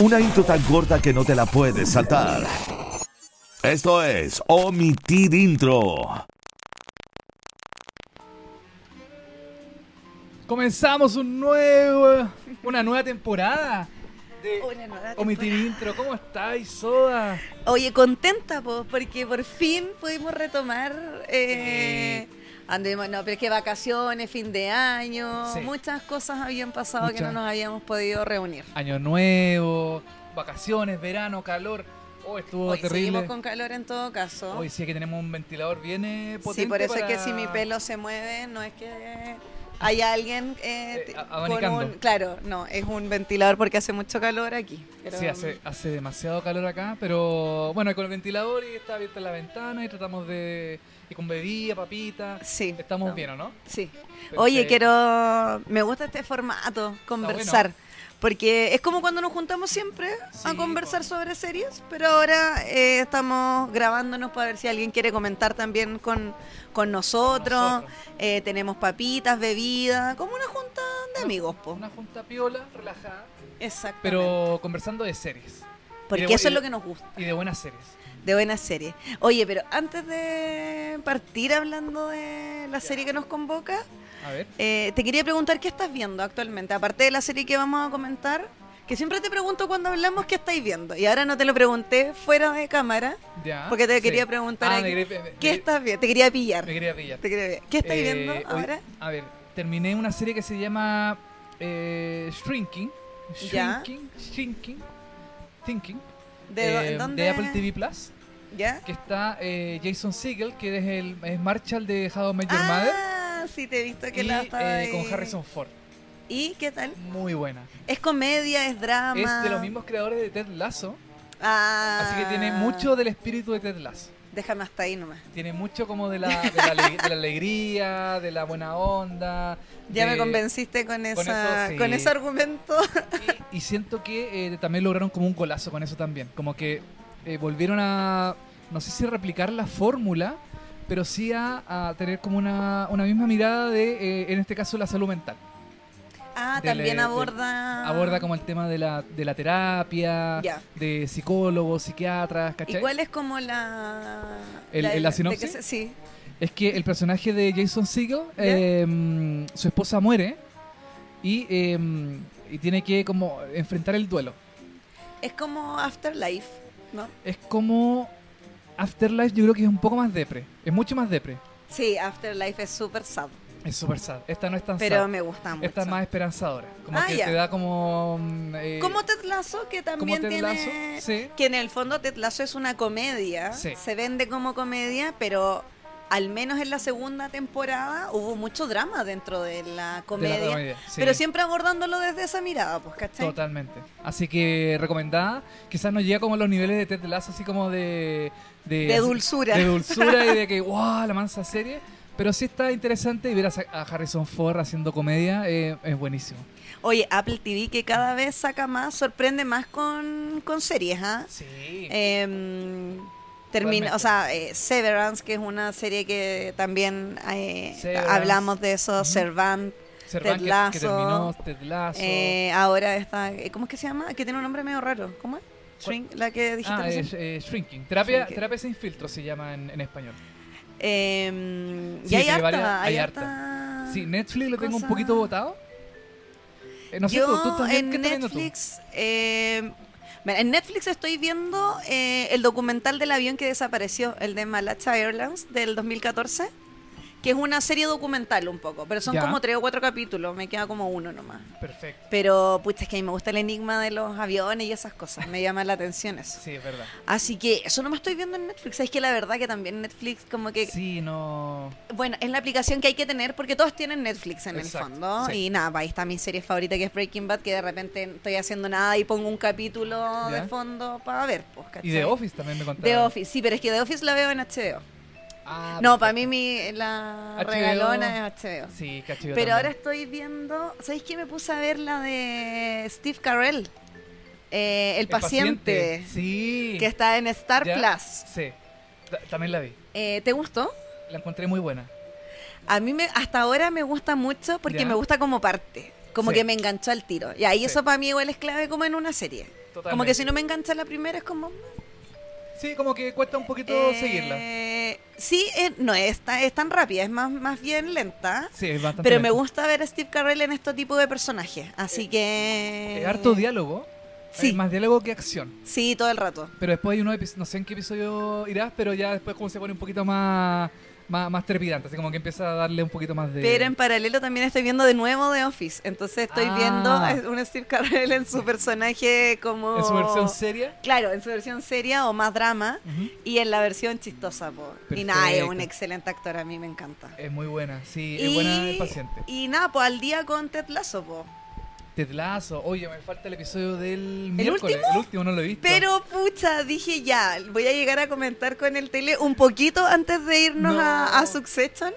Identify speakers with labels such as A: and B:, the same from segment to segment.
A: Una intro tan corta que no te la puedes saltar. Esto es Omitir Intro.
B: Comenzamos un nuevo, una nueva temporada de
C: Una nueva
B: Omitir
C: temporada.
B: Intro. ¿Cómo estáis, Soda?
C: Oye, contenta, po, porque por fin pudimos retomar. eh, andemos- no, pero es que vacaciones, fin de año,
B: Sí.
C: muchas cosas habían pasado que no
B: Muchas.
C: nos habíamos podido reunir.
B: Año nuevo, vacaciones, verano, calor. Oh, estuvo
C: Hoy seguimos
B: terrible.
C: con calor en todo caso.
B: Hoy sí que tenemos un ventilador bien eh, potente.
C: sí, por eso es que
B: para-
C: si mi pelo se mueve, no es que hay alguien
B: Eh,
C: eh, t-
B: a- abanicando.
C: un... Claro, no, es un ventilador porque hace mucho calor aquí. pero-
B: Sí, hace, hace demasiado calor acá, pero bueno, con el ventilador y está abierta la ventana y tratamos de... Y con bebida, papita.
C: Sí.
B: Estamos
C: no.
B: bien, ¿o no?
C: Sí. Oye,
B: Perfecto.
C: quiero. Me gusta este formato, conversar. Porque es como cuando nos juntamos siempre a
B: Sí,
C: conversar
B: po.
C: sobre series, pero ahora eh, estamos grabándonos para ver si alguien quiere comentar también con, con nosotros.
B: Nosotros.
C: Eh, tenemos papitas, bebidas, como una junta de amigos, po.
B: Una junta piola, relajada,
C: Exactamente.
B: pero conversando de series.
C: Porque
B: y de-
C: eso es lo que nos gusta,
B: Y de buenas series.
C: de buenas series. Oye, pero antes de partir hablando de la serie que nos convoca,
B: A ver.
C: Eh, te quería preguntar qué estás viendo actualmente, aparte de la serie que vamos a comentar, que siempre te pregunto cuando hablamos qué estáis viendo, y ahora no te lo pregunté fuera de cámara,
B: Ya,
C: porque te
B: sí.
C: quería preguntar
B: Ah,
C: aquí,
B: me quería- me- me
C: qué
B: quería-
C: estás viendo, te quería pillar,
B: Me quería pillar.
C: te quería pillar. ¿qué estáis
B: Eh, hoy-
C: viendo ahora?
B: A ver, terminé una serie que se llama eh, Shrinking.
C: Ya.
B: Shrinking. Shrinking. Thinking.
C: ¿De do-
B: eh,
C: dónde?
B: de Apple TV Plus.
C: ¿Ya?
B: Que está eh, Jason Segel, que es el es Marshall de How I Met Your Mother.
C: Ah, sí, te he visto que
B: y
C: la estaba
B: eh, con
C: ahí.
B: Harrison Ford.
C: ¿Y qué tal?
B: Muy buena.
C: ¿Es comedia, es drama?
B: Es de los mismos creadores de Ted Lasso.
C: Ah,
B: Así que tiene mucho del espíritu de Ted Lasso.
C: Déjame hasta ahí nomás.
B: Tiene mucho como de la, de la, ale- de la alegría, de la buena onda.
C: Ya
B: de-
C: me convenciste con, esa,
B: eso sí.
C: con ese argumento.
B: Y siento que eh, también lograron como un golazo con eso también. Como que eh, volvieron a, no sé si replicar la fórmula, pero sí a, a tener como una, una misma mirada de, eh, en este caso, la salud mental.
C: Ah,
B: de
C: también
B: le- de-
C: aborda.
B: eh, Aborda como el tema de la, de la terapia,
C: Ah. Ya.
B: de psicólogos, psiquiatras, ¿cachai?
C: ¿Y cuál es como la.
B: El- el- la
C: de que
B: sinopsis?
C: se- sí.
B: Es que el personaje de Jason Segel, em, su esposa muere y, em, y tiene que como enfrentar el duelo.
C: Es como Afterlife, ¿no?
B: Es como Afterlife, yo creo que es un poco más depre. Es mucho más depre.
C: Sí, Afterlife es súper sad.
B: Es súper sad. Esta no es tan
C: Pero
B: sad.
C: me gusta mucho.
B: Esta es más esperanzadora. Como
C: Ah,
B: que
C: ya.
B: te da como... mm, eh,
C: Como Ted Lasso, que
B: como
C: también
B: Ted
C: tiene.
B: Lasso. Sí.
C: Que en el fondo Ted Lasso es una comedia.
B: Sí.
C: Se vende como comedia, pero. Al menos en la segunda temporada hubo mucho drama dentro de la
B: de la
C: comedia.
B: comedia, sí,
C: Pero siempre abordándolo desde esa mirada, pues, ¿cachai?
B: Totalmente. Así que recomendada. Quizás no llega como a los niveles de Ted Lasso, así como de... De,
C: De
B: así-
C: dulzura.
B: De dulzura y de que, wow, la mansa serie. Pero sí está interesante y ver a, a Harrison Ford haciendo comedia eh, es buenísimo.
C: Oye, Apple TV que cada vez saca más, sorprende más con, con series, ¿ah?
B: Sí.
C: Em, termina,
B: Totalmente.
C: o sea, eh, Severance, que es una serie que también eh,
B: Severance.
C: hablamos de eso,
B: Ujú.
C: Servant, Ted
B: que,
C: Lasso,
B: que terminó Ted Lasso.
C: eh, ahora está, eh, ¿cómo es que se llama? Que tiene un nombre medio raro, ¿cómo es? Shrink, la que dijiste
B: ah,
C: recién.
B: es, eh, Shrinking. Terapia,
C: Shrinking.
B: terapia sin filtro se llama en- en español.
C: Em, y
B: Sí,
C: hay
B: tiene
C: harta,
B: varias-
C: hay
B: hay harta.
C: harta-
B: Sí, Netflix lo tengo
C: Ah, cosa-
B: un poquito votado. Eh, no sé,
C: Yo
B: tú, tú estás bien,
C: en
B: ¿qué estás viendo tú?
C: Netflix, eh, mira, en Netflix estoy viendo eh, el documental del avión que desapareció, el de Malacha Airlines del 2014, que es una serie documental un poco, pero son
B: Ya.
C: como tres o cuatro capítulos, me queda como uno nomás.
B: Perfecto.
C: Pero pucha, es que a mí me gusta el enigma de los aviones y esas cosas, me llama la atención eso.
B: Sí, es verdad.
C: Así que eso no me estoy viendo en Netflix, es que la verdad que también Netflix como que
B: Sí, no.
C: bueno, es la aplicación que hay que tener porque todos tienen Netflix en
B: Exacto,
C: el fondo.
B: sí.
C: Y nada, ahí está mi serie favorita que es Breaking Bad, que de repente estoy haciendo nada y pongo un capítulo de
B: Ya.
C: fondo para ver. Pues, ¿cachai?
B: Y The Office también me contaron.
C: The Office, sí, pero es que The Office la veo en HBO.
B: Ah, perfecto.
C: no, para mí mi, la
B: HBO.
C: regalona es HBO.
B: Sí, cacho. yo
C: pero
B: también.
C: ahora estoy viendo, ¿sabéis qué me puse a ver la de Steve Carell? Eh, el, paciente,
B: Sí.
C: que está en Star
B: ¿Ya?
C: Plus.
B: Sí. Ta- también la vi.
C: Eh, ¿Te gustó?
B: La encontré muy buena.
C: A mí me, hasta ahora me gusta mucho porque
B: Ya.
C: me gusta como parte. Como
B: Sí.
C: que me enganchó al tiro. Y ahí
B: Sí.
C: eso para mí igual es clave como en una serie. Como que
B: Totalmente.
C: si no me engancha la primera es como...
B: Sí, como que cuesta un poquito
C: eh,
B: seguirla.
C: Sí, eh, no es, ta- es tan rápida, es más, más bien lenta.
B: Sí, es bastante.
C: Pero me
B: lenta.
C: gusta ver a Steve Carell en este tipo de personajes. Así que...
B: Es eh, harto diálogo.
C: Sí.
B: Hay más diálogo que acción.
C: Sí, todo el rato.
B: Pero después hay uno, epi- no sé en qué episodio irás, pero ya después como se pone un poquito más, más, más trepidante, así como que empieza a darle un poquito más de...
C: Pero en paralelo también estoy viendo de nuevo The Office. Entonces estoy
B: Ah.
C: viendo a un Steve Carell en su personaje como...
B: en su versión seria.
C: Claro, en su versión seria o más drama.
B: Ujú.
C: Y en la versión chistosa, po. Y
B: Perfecto.
C: nada, es un excelente actor, a mí me encanta.
B: Es muy buena, sí,
C: Y-
B: es buena el paciente.
C: Y nada, pues al día con Ted Lasso, po.
B: Ted Lasso, oye, me falta el episodio del miércoles.
C: último?
B: El último no lo he visto.
C: Pero pucha, dije ya, voy a llegar a comentar con el tele un poquito antes de irnos
B: No.
C: a, a Succession.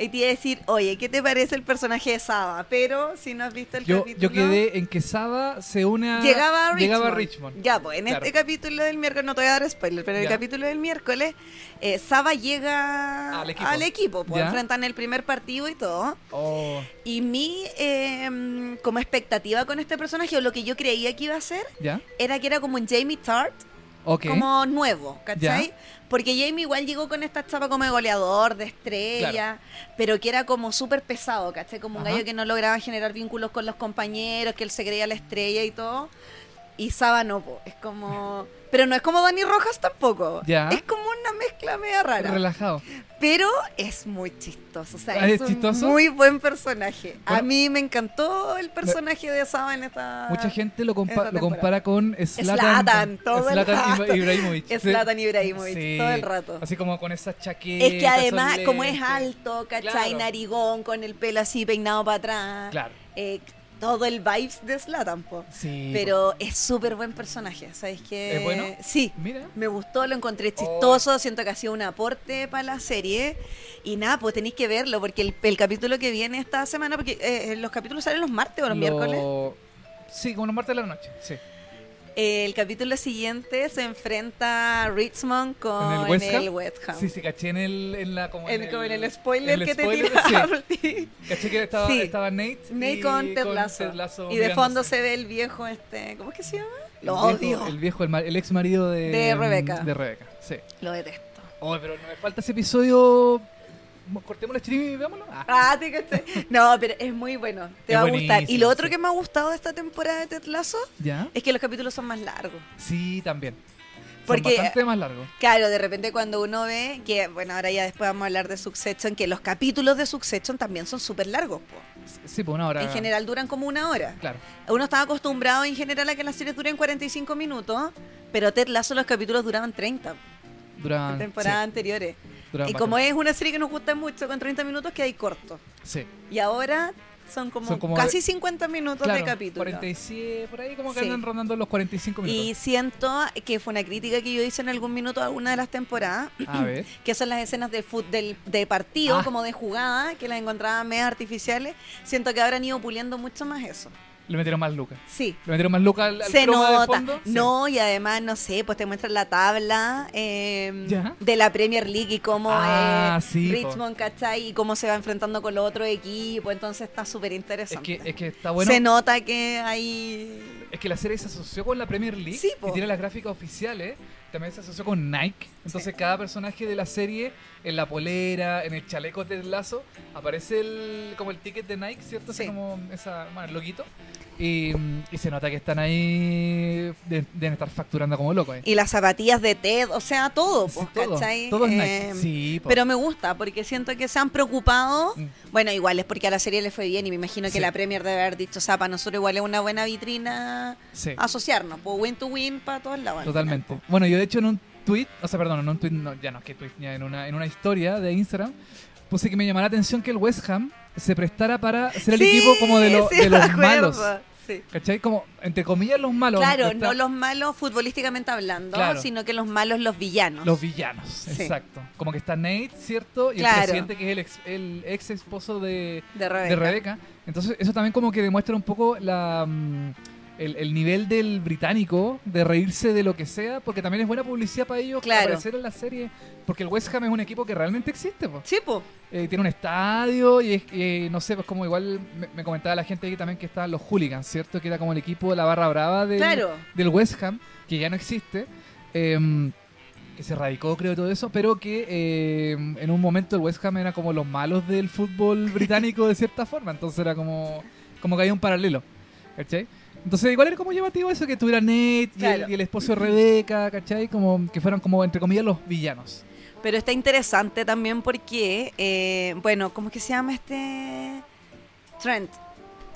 C: Y te iba a decir, oye, ¿qué te parece el personaje de Saba? Pero si no has visto el
B: yo,
C: capítulo.
B: yo quedé en que Saba se une a...
C: Llegaba a Richmond.
B: llegaba a Richmond.
C: Ya, pues en
B: Claro.
C: este capítulo del miércoles, no te voy a dar spoiler, pero en el
B: Ya.
C: capítulo del miércoles, eh, Saba llega
B: Al equipo.
C: pues
B: Ya.
C: enfrentan el primer partido y todo.
B: Oh,
C: Y mi eh, como expectativa con este personaje, o lo que yo creía que iba a ser,
B: ¿ya?
C: era que era como un Jamie Tart,
B: Ok.
C: como nuevo, ¿cachai? Porque Jamie igual llegó con esta chapa como de goleador, de estrella, pero que era como súper pesado, ¿cachai? Como un
B: Ajá.
C: gallo que no lograba generar vínculos con los compañeros, que él se creía la estrella y todo. Y Saba no, po, es como... Pero no es como Dani Rojas tampoco.
B: Ya.
C: Es como una mezcla media rara.
B: Relajado.
C: Pero es muy chistoso. O sea,
B: Ah,
C: es,
B: ¿es chistoso?
C: un muy buen personaje. a
B: Bueno.
C: mí me encantó el personaje de Saba en esta.
B: Mucha gente lo, compa-
C: Ah, esa
B: lo
C: temporada.
B: compara con
C: Zlatan,
B: Slatan.
C: todo el rato.
B: Ibrahimovic.
C: Es
B: Sí.
C: Zlatan Ibrahimovic,
B: Sí.
C: todo el rato.
B: Así como con esa chaqueta.
C: Es que además,
B: esos
C: como es
B: lentes.
C: alto, ¿cachai?
B: Claro.
C: Narigón, con el pelo así peinado para atrás.
B: Claro,
C: eh, todo el vibes de Slatan, po.
B: sí.
C: Pero es súper buen personaje, ¿sabes qué?
B: ¿Es bueno?
C: Sí.
B: Mira.
C: Me gustó, lo
B: Oh.
C: encontré chistoso, siento que ha sido un aporte para la serie. Y nada, pues tenéis que verlo, porque el, el capítulo que viene esta semana, porque eh, los capítulos salen los martes o los
B: Lo-
C: miércoles.
B: Sí, como los martes de la noche. Sí.
C: Eh, el capítulo siguiente se enfrenta a Richmond con
B: ¿En
C: el
B: el West
C: West
B: Ham?
C: Ham.
B: Sí, sí, caché en, el, en la. Como
C: En, como en el spoiler
B: el
C: que te
B: spoiler,
C: tira
B: sí.
C: Arti.
B: Caché que estaba,
C: Sí.
B: estaba Nate.
C: Nate
B: y
C: con Ted Lasso.
B: Ted Lasso
C: Y de fondo
B: mirándose.
C: se ve el viejo, este, ¿cómo es que se llama?
B: El
C: Lo
B: viejo-
C: odio,
B: El viejo, el, ma- el ex marido de.
C: De Rebeca.
B: De Rebeca, sí.
C: lo detesto.
B: Oye, pero no me falta ese episodio. Cortemos el stream y veámoslo. Ah.
C: Ah, te caché. No, pero es muy bueno, te
B: Es
C: va a gustar. Y
B: buenísimo,
C: lo otro
B: sí.
C: que me ha gustado de esta temporada de Ted Lasso
B: ¿Ya?
C: es que los capítulos son más largos.
B: Sí, también.
C: Porque- eh,
B: Porque bastante más largo.
C: Claro, de repente cuando uno ve que, bueno, ahora ya después vamos a hablar de Succession, que los capítulos de Succession también son súper largos. po.
B: Sí, pues una hora.
C: En general duran como una hora.
B: Claro.
C: Uno estaba acostumbrado en general a que las series duren 45 minutos, pero Ted Lasso los capítulos duraban 30
B: Dura.
C: en temporadas anteriores.
B: Ah, sí, dura
C: Y
B: bastante.
C: como es una serie que nos gusta mucho, con 30 minutos quedáis corto.
B: Sí.
C: Y ahora son como,
B: Son como
C: casi 50 minutos
B: Claro,
C: de capítulo.
B: 47, por ahí como que
C: Sí.
B: andan rondando los 45
C: Y
B: minutos.
C: siento que fue una crítica que yo hice en algún minuto a una de las temporadas,
B: A ver.
C: que son las escenas de, fut- del, de partido,
B: Ah.
C: como de jugada, que las encontraba medias artificiales. Siento que habrán ido puliendo mucho más eso.
B: Le metieron más lucas.
C: Sí,
B: Le metieron más lucas al, al
C: se
B: croma de
C: nota.
B: fondo. Sí.
C: No, y además, no sé, pues te muestran la tabla eh,
B: Ya.
C: de la Premier League y cómo
B: Ah,
C: eh,
B: sí, po.
C: Richmond, ¿cachai? Y cómo se va enfrentando con los otros equipos. Entonces está súper
B: Es
C: interesante.
B: que, es que está bueno.
C: Se nota que hay...
B: Es que la serie se asoció con la Premier League
C: Sí, po.
B: y tiene las gráficas oficiales. También se asoció con Nike. Entonces cada personaje de la serie, en la polera, en el chaleco de lazo, aparece el, como el ticket de Nike, ¿cierto? Así
C: Sí.
B: como esa, bueno, el loguito. Y, y se nota que están ahí, de- deben estar facturando como locos. ¿eh?
C: Y las zapatillas de Ted, o sea, todo,
B: Sí,
C: pues,
B: todo,
C: ¿cachai?
B: todo es
C: Eh,
B: Nike. Sí, po.
C: Pero me gusta porque siento que se han preocupado.
B: Mm.
C: Bueno, igual es porque a la serie le fue bien y me imagino que
B: Sí.
C: la Premier debe haber dicho, o sea, para nosotros igual es una buena vitrina
B: Sí.
C: asociarnos, pues win to win para todos lados. al final,
B: Totalmente.
C: po.
B: Bueno, yo de hecho en un tweet, o sea, perdón, en un tweet, no, ya no es que tweet, ya en una, en una historia de Instagram, puse que me llamó la atención que el West Ham se prestara para ser el
C: Sí,
B: equipo como de, lo-
C: sí,
B: de
C: me
B: los
C: acuerdo,
B: malos.
C: sí.
B: ¿Cachai? Como, entre comillas, los malos.
C: Claro,
B: Está-
C: no los malos futbolísticamente hablando,
B: Claro.
C: sino que los malos, los villanos.
B: los villanos, exacto. Como que está Nate, ¿cierto? Y
C: Claro.
B: el presidente que es el ex, el ex esposo de,
C: de
B: de
C: Rebeca.
B: Rebeca. Entonces, eso también como que demuestra un poco la, mm, el, el nivel del británico de reírse de lo que sea, porque también es buena publicidad para ellos
C: Claro.
B: aparecer en la serie, porque el West Ham es un equipo que realmente existe. po.
C: Sí, po.
B: Eh, tiene un estadio y es, eh, no sé, pues como igual me, me comentaba la gente aquí también que estaban los hooligans, ¿cierto? Que era como el equipo de la barra brava del,
C: Claro.
B: del West Ham, que ya no existe, em, que se radicó creo todo eso, pero que em, en un momento el West Ham era como los malos del fútbol británico de cierta forma, entonces era como, como que había un paralelo, ¿cachai? Entonces igual era como llamativo eso que tuviera Nate y,
C: Claro.
B: el, y el esposo de Rebeca, ¿cachai? Como que fueran como, entre comillas, los villanos.
C: Pero está interesante también porque, eh, bueno, ¿cómo es que se llama este? Trent.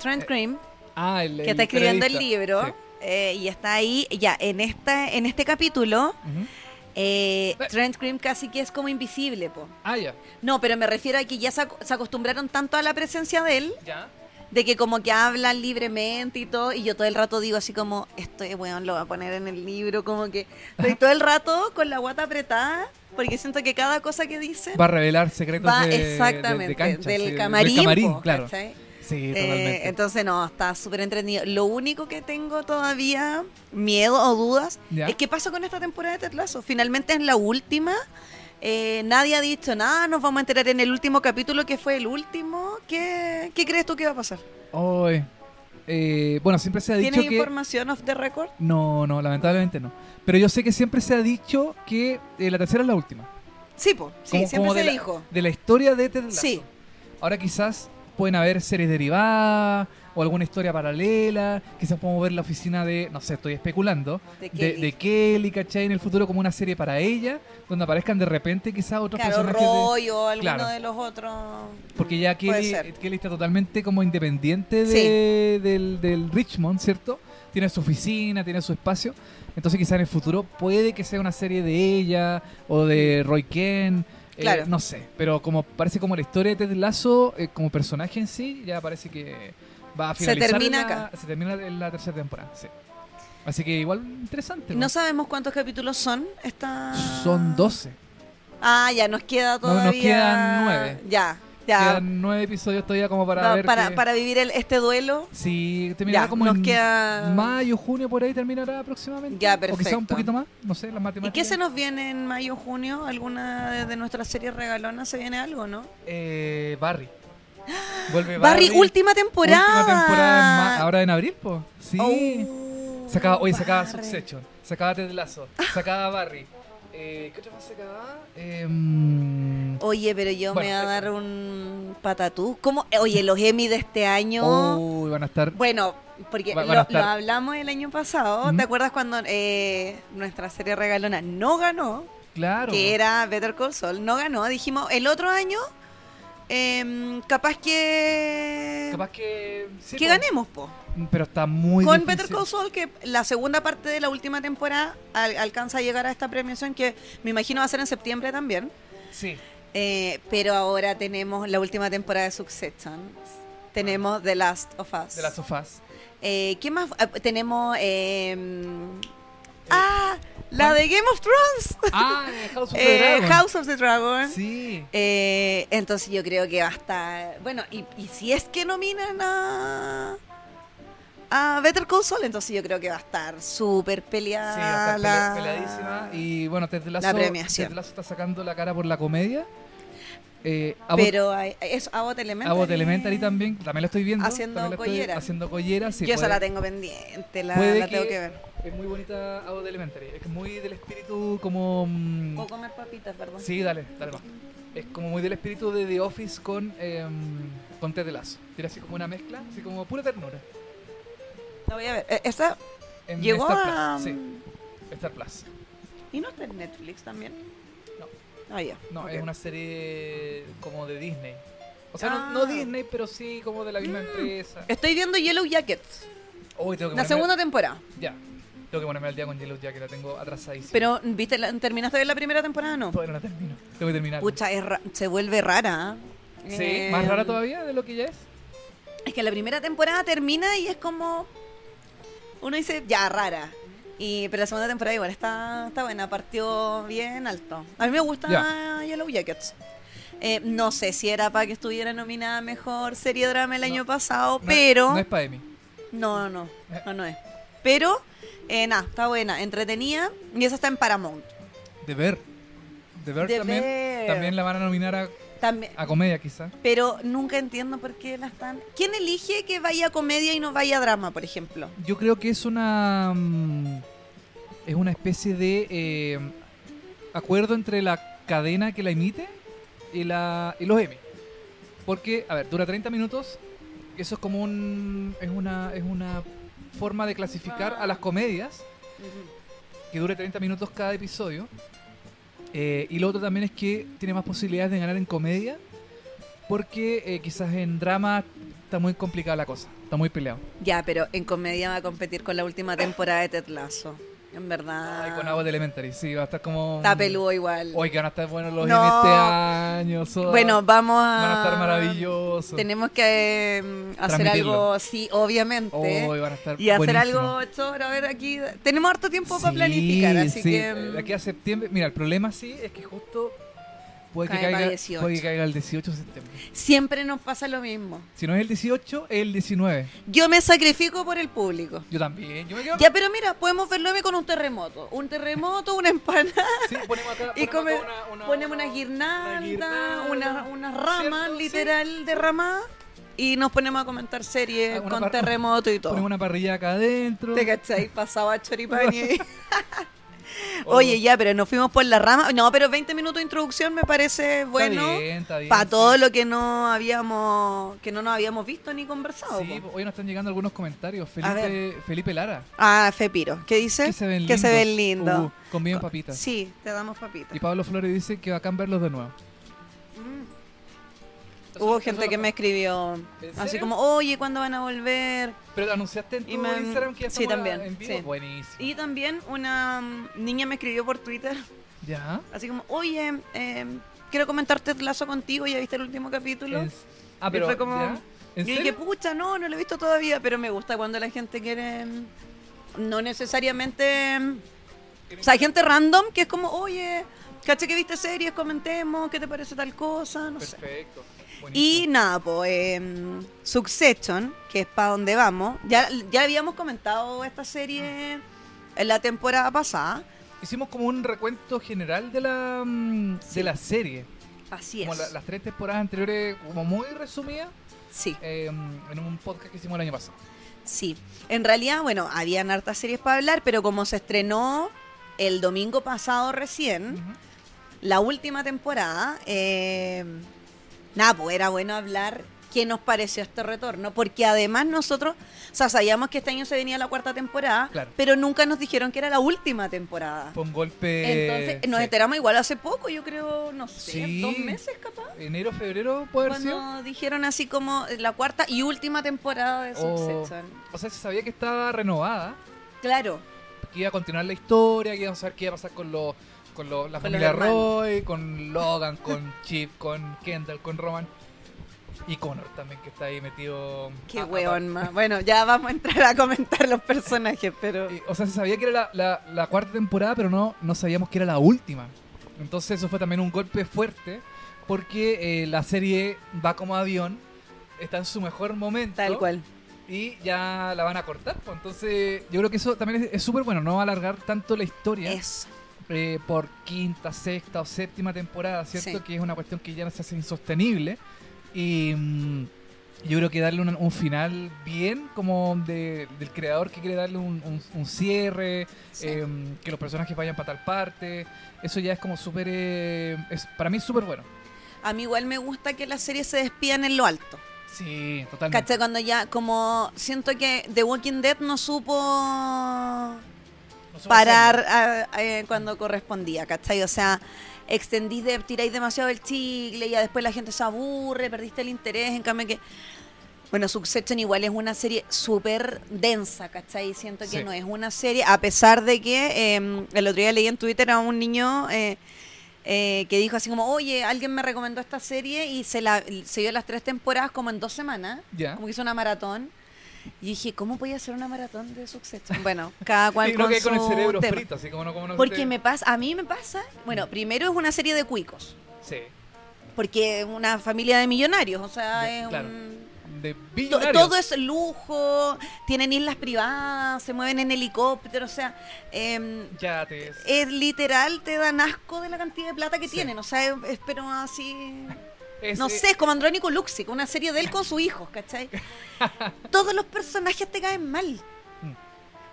C: Trent
B: Eh,
C: Cream,
B: Ah, el,
C: que está escribiendo
B: periodista.
C: el libro.
B: Sí.
C: eh, y está ahí, ya, en, esta, en este capítulo,
B: Ujú.
C: eh,
B: Eh.
C: Trent Cream casi que es como invisible, po.
B: Ah, ya.
C: No, pero me refiero a que ya se, ac- se acostumbraron tanto a la presencia de él,
B: Ya.
C: de que como que hablan libremente y todo, y yo todo el rato digo así como, esto es bueno, lo voy a poner en el libro, como que estoy todo el rato con la guata apretada, porque siento que cada cosa que dicen
B: Va a revelar secretos
C: va
B: de- de,
C: exactamente
B: de cancha,
C: del
B: sí, de-
C: camarín.
B: Del
C: po,
B: camarín, claro.
C: ¿cachai?
B: Sí,
C: Eh,
B: totalmente.
C: entonces no, está súper entretenido. Lo único que tengo todavía miedo o dudas
B: Ya.
C: es qué pasa con esta temporada de Tetlazo. Finalmente es la última. eh, nadie ha dicho nada, nos vamos a enterar en el último capítulo que fue el último. ¿Qué, qué crees tú que va a pasar?
B: Hoy, eh, bueno, siempre se ha dicho
C: ¿Tienes
B: que...
C: información off the record?
B: No, no, lamentablemente no. Pero yo sé que siempre se ha dicho que eh, la tercera es la última.
C: Sí, po, sí,
B: Como-
C: siempre
B: como
C: se
B: de la-
C: dijo.
B: De la historia de Ted Lasso.
C: Sí,
B: Ahora quizás pueden haber series derivadas o alguna historia paralela. Quizás podemos ver la oficina de... No sé, estoy especulando.
C: de que
B: de, de Kelly, ¿cachai? En el futuro como una serie para ella, donde aparezcan de repente quizás otros
C: claro,
B: personajes... de-
C: Roy o alguno
B: Claro.
C: de los otros.
B: Porque ya
C: Mm,
B: este
C: Puede
B: Kelly,
C: ser.
B: Kelly está totalmente como independiente de- del, del Richmond, ¿cierto? Tiene su oficina, tiene su espacio. Entonces quizá en el futuro puede que sea una serie de ella o de Roy Ken. eh,
C: Claro.
B: no sé, pero como parece como la historia de Ted Lasso, eh, como personaje en sí, ya parece que va a
C: Se
B: finalizar.
C: termina
B: en la-
C: acá.
B: Se termina en la tercera temporada, sí. Así que igual interesante.
C: No
B: ¿no?
C: sabemos cuántos capítulos son. Esta...
B: Son 12.
C: Ah, ya nos queda
B: No, nos
C: todavía.
B: quedan nueve.
C: Ya, ya.
B: Quedan nueve episodios todavía como para
C: Va-
B: ver.
C: para,
B: qué-
C: para vivir el- este duelo.
B: Sí, terminará
C: Ya,
B: como
C: nos
B: en
C: queda.
B: mayo, junio, por ahí terminará aproximadamente.
C: Ya,
B: O quizá un
C: perfecto.
B: poquito más, no sé, las
C: ¿Y
B: matemáticas.
C: qué se nos viene en mayo, junio? ¿Alguna de, de nuestras series regalonas se viene algo, no?
B: Eh, Barry. Vuelve
C: Barry,
B: Barry.
C: última temporada.
B: Última temporada en ma- ahora en abril, po. Sí.
C: Oh,
B: Sacaba, hoy sacaba
C: Barry.
B: Succession, sacaba Ted Lasso, sacaba Barry. Eh, ¿Qué otra más sacaba? Eh, mm,
C: Oye, pero yo
B: Bueno,
C: me voy a
B: eso.
C: dar un patatús. ¿Cómo? Eh, Oye, los Emmy de este año.
B: uy, van a estar.
C: Bueno, porque
B: Oh. Va- van
C: lo,
B: a estar-
C: lo hablamos el año pasado.
B: Ujú.
C: ¿Te acuerdas cuando eh, nuestra serie regalona no ganó?
B: Claro.
C: que era Better Call Saul, no ganó. Dijimos, el otro año, em, capaz que.
B: Capaz que. sí,
C: que
B: po.
C: ganemos, po.
B: Pero está muy
C: Con
B: difícil.
C: Better Call Saul, que la segunda parte de la última temporada al- alcanza a llegar a esta premiación, que me imagino va a ser en septiembre también.
B: Sí.
C: Eh, pero ahora tenemos la última temporada de Succession. Tenemos The Last of Us.
B: De las sofás.
C: Eh, ¿Qué más? Ah, tenemos. em, ah, la de Game of Thrones.
B: Ah, eh, House of the
C: eh,
B: Dragon.
C: House of the Dragon.
B: Sí.
C: Eh, entonces yo creo que va a estar. Bueno, y, y si es que nominan a. A Better Call Saul, entonces yo creo que va a estar súper peleada.
B: Sí, va a estar
C: Ah, la-
B: pele- peladísima. Y bueno, Ted Lasso,
C: la premiación.
B: Ted Lasso está sacando la cara por la comedia. Eh, Abbott,
C: Pero hay- es Abbott Elementary.
B: Abbott Elementary también, también lo estoy viendo.
C: Haciendo
B: también la estoy
C: collera.
B: Haciendo collera, sí.
C: yo esa
B: puede-
C: la tengo pendiente, la,
B: Puede
C: la
B: que-
C: tengo que ver.
B: Es muy bonita Abbott Elementary. Es muy del espíritu como... mm,
C: Puedo comer papitas, perdón.
B: Sí, dale, dale más. Es como muy del espíritu de The Office con, eh, con Ted Lasso. Tiene así como una mezcla, así como pura ternura.
C: La voy a ver. Eh, Esa
B: En
C: llegó
B: Star
C: a. mm,
B: Plus, sí, Star Plus.
C: ¿Y no está en Netflix también?
B: No.
C: Ah, ya.
B: No,
C: Ok.
B: es una serie como de Disney. O sea,
C: Ah.
B: no, no Disney, pero sí como de la misma empresa.
C: Estoy viendo Yellow Jackets,
B: Uy, tengo que
C: la
B: ponerme-
C: segunda temporada.
B: Ya. Tengo que ponerme al día con Yellow Jack, que la tengo atrasadísima.
C: Pero, ¿viste? la- ¿Terminaste de ver la primera temporada no?
B: Todavía no la termino. Tengo que terminar.
C: Pucha, es ra- se vuelve rara. ¿eh?
B: Sí,
C: Eh,
B: más rara todavía de lo que ya es.
C: Es que la primera temporada termina y es como. Uno dice, ya, rara. Y, pero la segunda temporada igual está, está buena, partió bien alto. A mí me gusta Yellow Jackets. Eh, no sé si era para que estuviera nominada a mejor serie drama el
B: No.
C: año pasado,
B: No- Eh.
C: pero.
B: No es para mí.
C: No, no, no, no es. Pero, eh, nada, está buena, entretenida. Y esa está en Paramount.
B: De ver. De ver
C: The
B: también.
C: Bear.
B: También la van a nominar a,
C: También.
B: a comedia, quizá.
C: Pero nunca entiendo por qué la están. ¿Quién elige que vaya a comedia y no vaya a drama, por ejemplo?
B: Yo creo que es una. mm, Es una especie de. eh, acuerdo entre la cadena que la emite y, la, y los Emmy. Porque, a ver, dura 30 minutos. Eso es como un. Es una, es una forma de clasificar a las comedias. que dure 30 minutos cada episodio. Eh, y lo otro también es que tiene más posibilidades de ganar en comedia, porque eh, quizás en drama está muy complicada la cosa, está muy peleado.
C: Ya, pero en comedia va a competir con la última temporada de Ted Lasso. En verdad.
B: Ay, con agua de Elementary, sí, va a estar como...
C: Está peludo igual.
B: Hoy que van a estar buenos los
C: No.
B: Emmy este año. so-
C: Bueno, vamos a.
B: van a estar maravillosos.
C: Tenemos que eh, hacer
B: Transmitirlo.
C: algo, sí, obviamente.
B: Hoy van a estar
C: y hacer
B: buenísimos.
C: algo choro, a ver aquí. Tenemos harto tiempo para
B: Sí,
C: planificar, así
B: sí,
C: que.
B: eh,
C: mm,
B: De aquí a septiembre, mira, el problema sí es que justo puede que,
C: Cae para
B: caiga,
C: 18.
B: puede que caiga el 18 de septiembre.
C: Siempre nos pasa lo mismo.
B: Si no es el 18, es el 19.
C: Yo me sacrifico por el público.
B: Yo también. Yo me quedo
C: Ya, pero mira, podemos verlo con un terremoto. Un terremoto, una empanada.
B: Sí, ponemos acá,
C: Y
B: ponemos
C: come-
B: acá una, una,
C: ponemos
B: una-
C: una guirnalda,
B: una
C: una
B: guirnalda,
C: unas ramas
B: ¿cierto? Sí.
C: literal derramadas y nos ponemos a comentar series
B: Ah, una
C: con
B: par-
C: terremoto y
B: ponemos
C: todo.
B: una parrilla acá adentro.
C: ¿Te cachai? Pasaba choripani. Oye, ya, pero nos fuimos por la rama. No, pero 20 minutos de introducción me parece bueno para todo lo que no habíamos que no nos habíamos visto ni conversado.
B: Sí,
C: po.
B: hoy nos están llegando algunos comentarios.
C: A
B: Felipe, Felipe Lara.
C: Ah, Fepiro, ¿qué dice?
B: Que se ven
C: que
B: lindos.
C: se ven lindo.
B: Uh, conviven papitas.
C: Sí, te damos papitas.
B: Y Pablo Flores dice que bacán verlos de nuevo.
C: Hubo
B: Mm. Eso-
C: gente
B: eso-
C: que me escribió
B: ¿En
C: así
B: serio?
C: como, oye, ¿cuándo van a volver?
B: Pero anunciaste en tu
C: Y me-
B: Instagram que ya
C: sí,
B: estamos
C: también,
B: en vivo.
C: sí.
B: Buenísimo.
C: Y también una mm, niña me escribió por Twitter,
B: ¿Ya?
C: así como, oye, eh, quiero comentarte el lazo contigo, ya viste el último capítulo.
B: En- Ah,
C: Y
B: pero
C: fue como-
B: ¿ya? ¿En
C: Yo dije,
B: serio?
C: pucha, no, no lo he visto todavía, pero me gusta cuando la gente quiere, mm, no necesariamente, mm, o sea, hay gente random que es como, oye, caché que viste series, comentemos, ¿qué te parece tal cosa? No sé.
B: Perfecto.
C: Y
B: Buenísimo.
C: nada, pues eh, Succession, que es para donde vamos. Ya, ya habíamos comentado esta serie
B: Mm.
C: en la temporada pasada.
B: Hicimos como un recuento general de la, mm, de la serie.
C: Así es.
B: como la- las tres temporadas anteriores, como muy resumidas,
C: Sí,
B: eh, en un podcast que hicimos el año pasado.
C: sí. En realidad, bueno, habían hartas series para hablar, pero como se estrenó el domingo pasado recién,
B: Ujú.
C: la última temporada, eh, nada, pues era bueno hablar qué nos pareció este retorno, porque además nosotros, o sea, sabíamos que este año se venía la cuarta temporada,
B: Claro.
C: pero nunca nos dijeron que era la última temporada.
B: Fue un golpe.
C: Entonces, nos
B: Eh, sí.
C: enteramos igual hace poco, yo creo, no sé,
B: Sí.
C: dos meses capaz.
B: Enero, febrero, puede haber sido.
C: Cuando dijeron así como la cuarta y última temporada de
B: O-
C: Succession.
B: O sea, se sabía que estaba renovada,
C: Claro,
B: que iba a continuar la historia, que íbamos a ver qué iba a pasar con los. Con los- la
C: Con los
B: familia
C: hermanos.
B: Roy, con Logan, con Chip, con Kendall, con Roman. Y Connor también, que está ahí metido.
C: qué
B: a- a-
C: weón más. Bueno, ya vamos a entrar a comentar los personajes, pero
B: Eh, o sea, se sabía que era la, la- la cuarta temporada, pero no, no sabíamos que era la última. Entonces eso fue también un golpe fuerte, porque eh, la serie va como avión, está en su mejor momento
C: tal cual.
B: y ya la van a cortar. pues. Entonces yo creo que eso también es- es súper bueno, no alargar tanto la historia
C: Eso.
B: eh, por quinta, sexta o séptima temporada, ¿cierto?
C: Sí.
B: Que es una cuestión que ya se hace insostenible. Y mm, yo creo que darle un, un final bien, como de- del creador que quiere darle un, un- un cierre,
C: Sí.
B: em, que los personajes vayan para tal parte, eso ya es como súper... eh, es- para mí es súper bueno.
C: A mí igual me gusta que las series se despidan en lo alto.
B: Sí, totalmente.
C: ¿Cachai? Cuando ya, como siento que The Walking Dead no supo
B: No supo
C: parar
B: hacerlo.
C: a- a- eh, cuando correspondía, ¿cachai? O sea, extendís, de, tiráis demasiado el chicle y ya después la gente se aburre, perdiste el interés, en cambio que... Bueno, Succession igual es una serie súper densa, ¿cachai? Siento que
B: Sí.
C: no es una serie, a pesar de que eh, el otro día leí en Twitter a un niño eh, eh, que dijo así como, oye, alguien me recomendó esta serie y se, la, se dio las tres temporadas como en dos semanas
B: Ya.
C: como que hizo una maratón. Y dije, ¿cómo podía hacer una maratón de Succession? Bueno, cada cual
B: Sí, creo que con el
C: su
B: cerebro
C: tema.
B: frito, así como no... Como no
C: Porque
B: te-
C: me pasa, a mí me pasa, bueno, primero es una serie de cuicos,
B: Sí,
C: porque es una familia de millonarios, o sea,
B: Ya,
C: es
B: claro.
C: un...
B: de de
C: To-
B: billonarios.
C: Todo es lujo, tienen islas privadas, se mueven en helicóptero, o sea, em,
B: Ya te...
C: es literal, te dan asco de la cantidad de plata que
B: Sí.
C: tienen, o sea, es- es- pero así...
B: es-
C: No
B: eh,
C: sé, es como Andrónico Luxic, una serie de él con sus hijos, ¿cachai? Todos los personajes te caen mal.
B: Mm.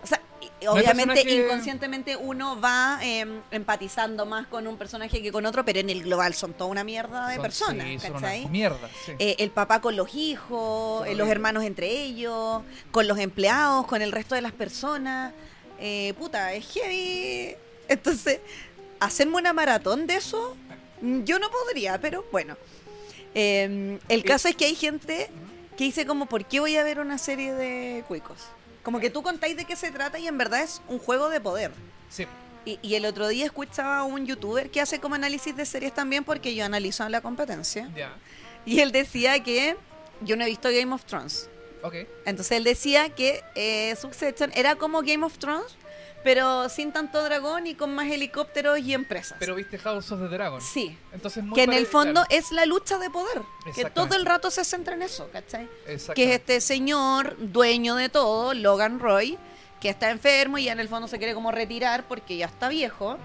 C: O sea, y-
B: No hay
C: obviamente
B: personaje-
C: inconscientemente uno va eh, empatizando más con un personaje que con otro, pero en el global son toda una mierda de
B: son-
C: personas,
B: sí, son
C: ¿cachai?
B: una mierda, sí.
C: Eh, el papá con los hijos, eh, los
B: horribles.
C: hermanos entre ellos, con los empleados, con el resto de las personas. Eh, puta, es heavy. Entonces, hacerme una maratón de eso, mm, yo no podría, pero bueno. Eh, el caso es que hay gente que dice como, ¿por qué voy a ver una serie de cuicos? Como que tú contáis de qué se trata y en verdad es un juego de poder.
B: Sí.
C: Y, y el otro día escuchaba a un youtuber que hace como análisis de series también porque yo analizo la competencia.
B: Ya.
C: Y él decía que yo no he visto Game of Thrones.
B: Ok.
C: Entonces él decía que eh, Succession era como Game of Thrones, pero sin tanto dragón y con más helicópteros y empresas.
B: Pero viste House of the Dragon.
C: sí,
B: Entonces, muy
C: que en el
B: pare-
C: fondo
B: claro,
C: es la lucha de poder, que todo el
B: Exactamente.
C: rato se centra en eso, ¿cachai? Que es
B: exactamente.
C: este señor dueño de todo, Logan Roy, que está enfermo y ya en el fondo se quiere como retirar porque ya está viejo.
B: Ujú.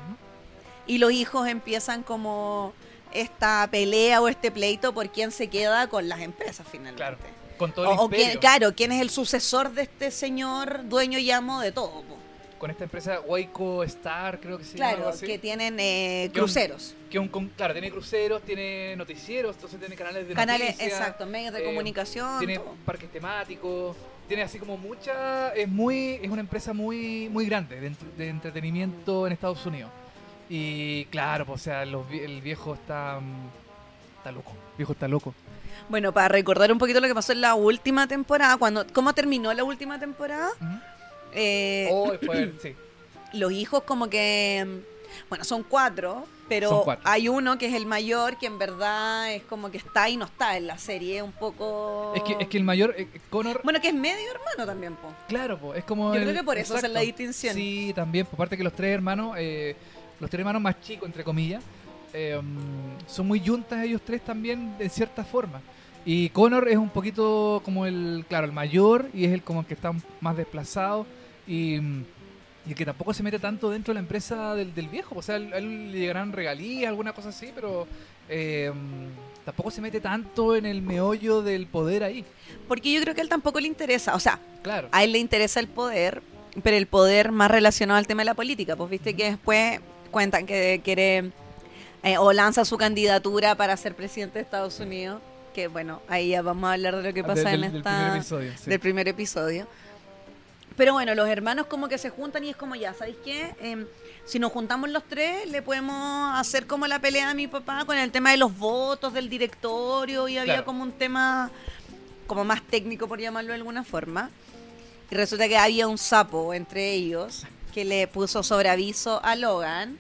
C: Y los hijos empiezan como esta pelea o este pleito por quién se queda con las empresas finalmente.
B: Claro. Con todo
C: O-
B: el
C: o
B: imperio.
C: quién- claro, quién es el sucesor de este señor dueño y amo de todo. po.
B: Con esta empresa Waco Star, creo que se llama. algo
C: claro,
B: así.
C: que tienen eh,
B: Que un-
C: cruceros,
B: que un con- claro, tiene cruceros, tiene noticieros, entonces tiene canales de
C: canales,
B: noticias,
C: exacto, medios de
B: eh,
C: comunicación,
B: tiene
C: todo.
B: parques temáticos, tiene así como mucha, es muy, es una empresa muy, muy grande de, ent- de entretenimiento en Estados Unidos. Y claro, pues, o sea, los vie- el viejo está, mm, está loco, el viejo está loco.
C: Bueno, para recordar un poquito lo que pasó en la última temporada, cuando cómo terminó la última temporada,
B: Ujú.
C: eh,
B: O después, Oh, sí,
C: los hijos como que mm, bueno son cuatro pero
B: Son cuatro.
C: hay uno que es el mayor que en verdad es como que está y no está en la serie un poco
B: es que, es que el mayor, eh, Connor,
C: bueno que es medio hermano también po.
B: claro, pues, es como...
C: yo
B: el-
C: creo que por eso hacen la
B: exacto.
C: distinción
B: Sí, también, por parte que los tres hermanos, eh, los tres hermanos más chicos, entre comillas, eh, mm, son muy juntas ellos tres también, de cierta forma. Y Connor es un poquito como el, claro, el mayor y es el como el que está más desplazado y, mm, y el que tampoco se mete tanto dentro de la empresa del, del viejo. O sea, a él- a él le llegarán regalías, alguna cosa así, pero eh, mm, tampoco se mete tanto en el meollo del poder ahí.
C: porque yo creo que a él tampoco le interesa o sea
B: Claro.
C: a él le interesa el poder pero el poder más relacionado al tema de la política pues viste que después cuentan que quiere eh, o lanza su candidatura para ser presidente de Estados Unidos que bueno ahí ya vamos a hablar de lo que pasa
B: Ah, Del-
C: en
B: del- del
C: esta
B: primer episodio, sí.
C: del primer episodio. Pero bueno, los hermanos como que se juntan y es como ya, ¿sabéis qué? Em, si nos juntamos los tres, le podemos hacer como la pelea a mi papá con el tema de los votos del directorio y había
B: Claro.
C: como un tema como más técnico, por llamarlo de alguna forma. Y resulta que había un sapo entre ellos que le puso sobre aviso a Logan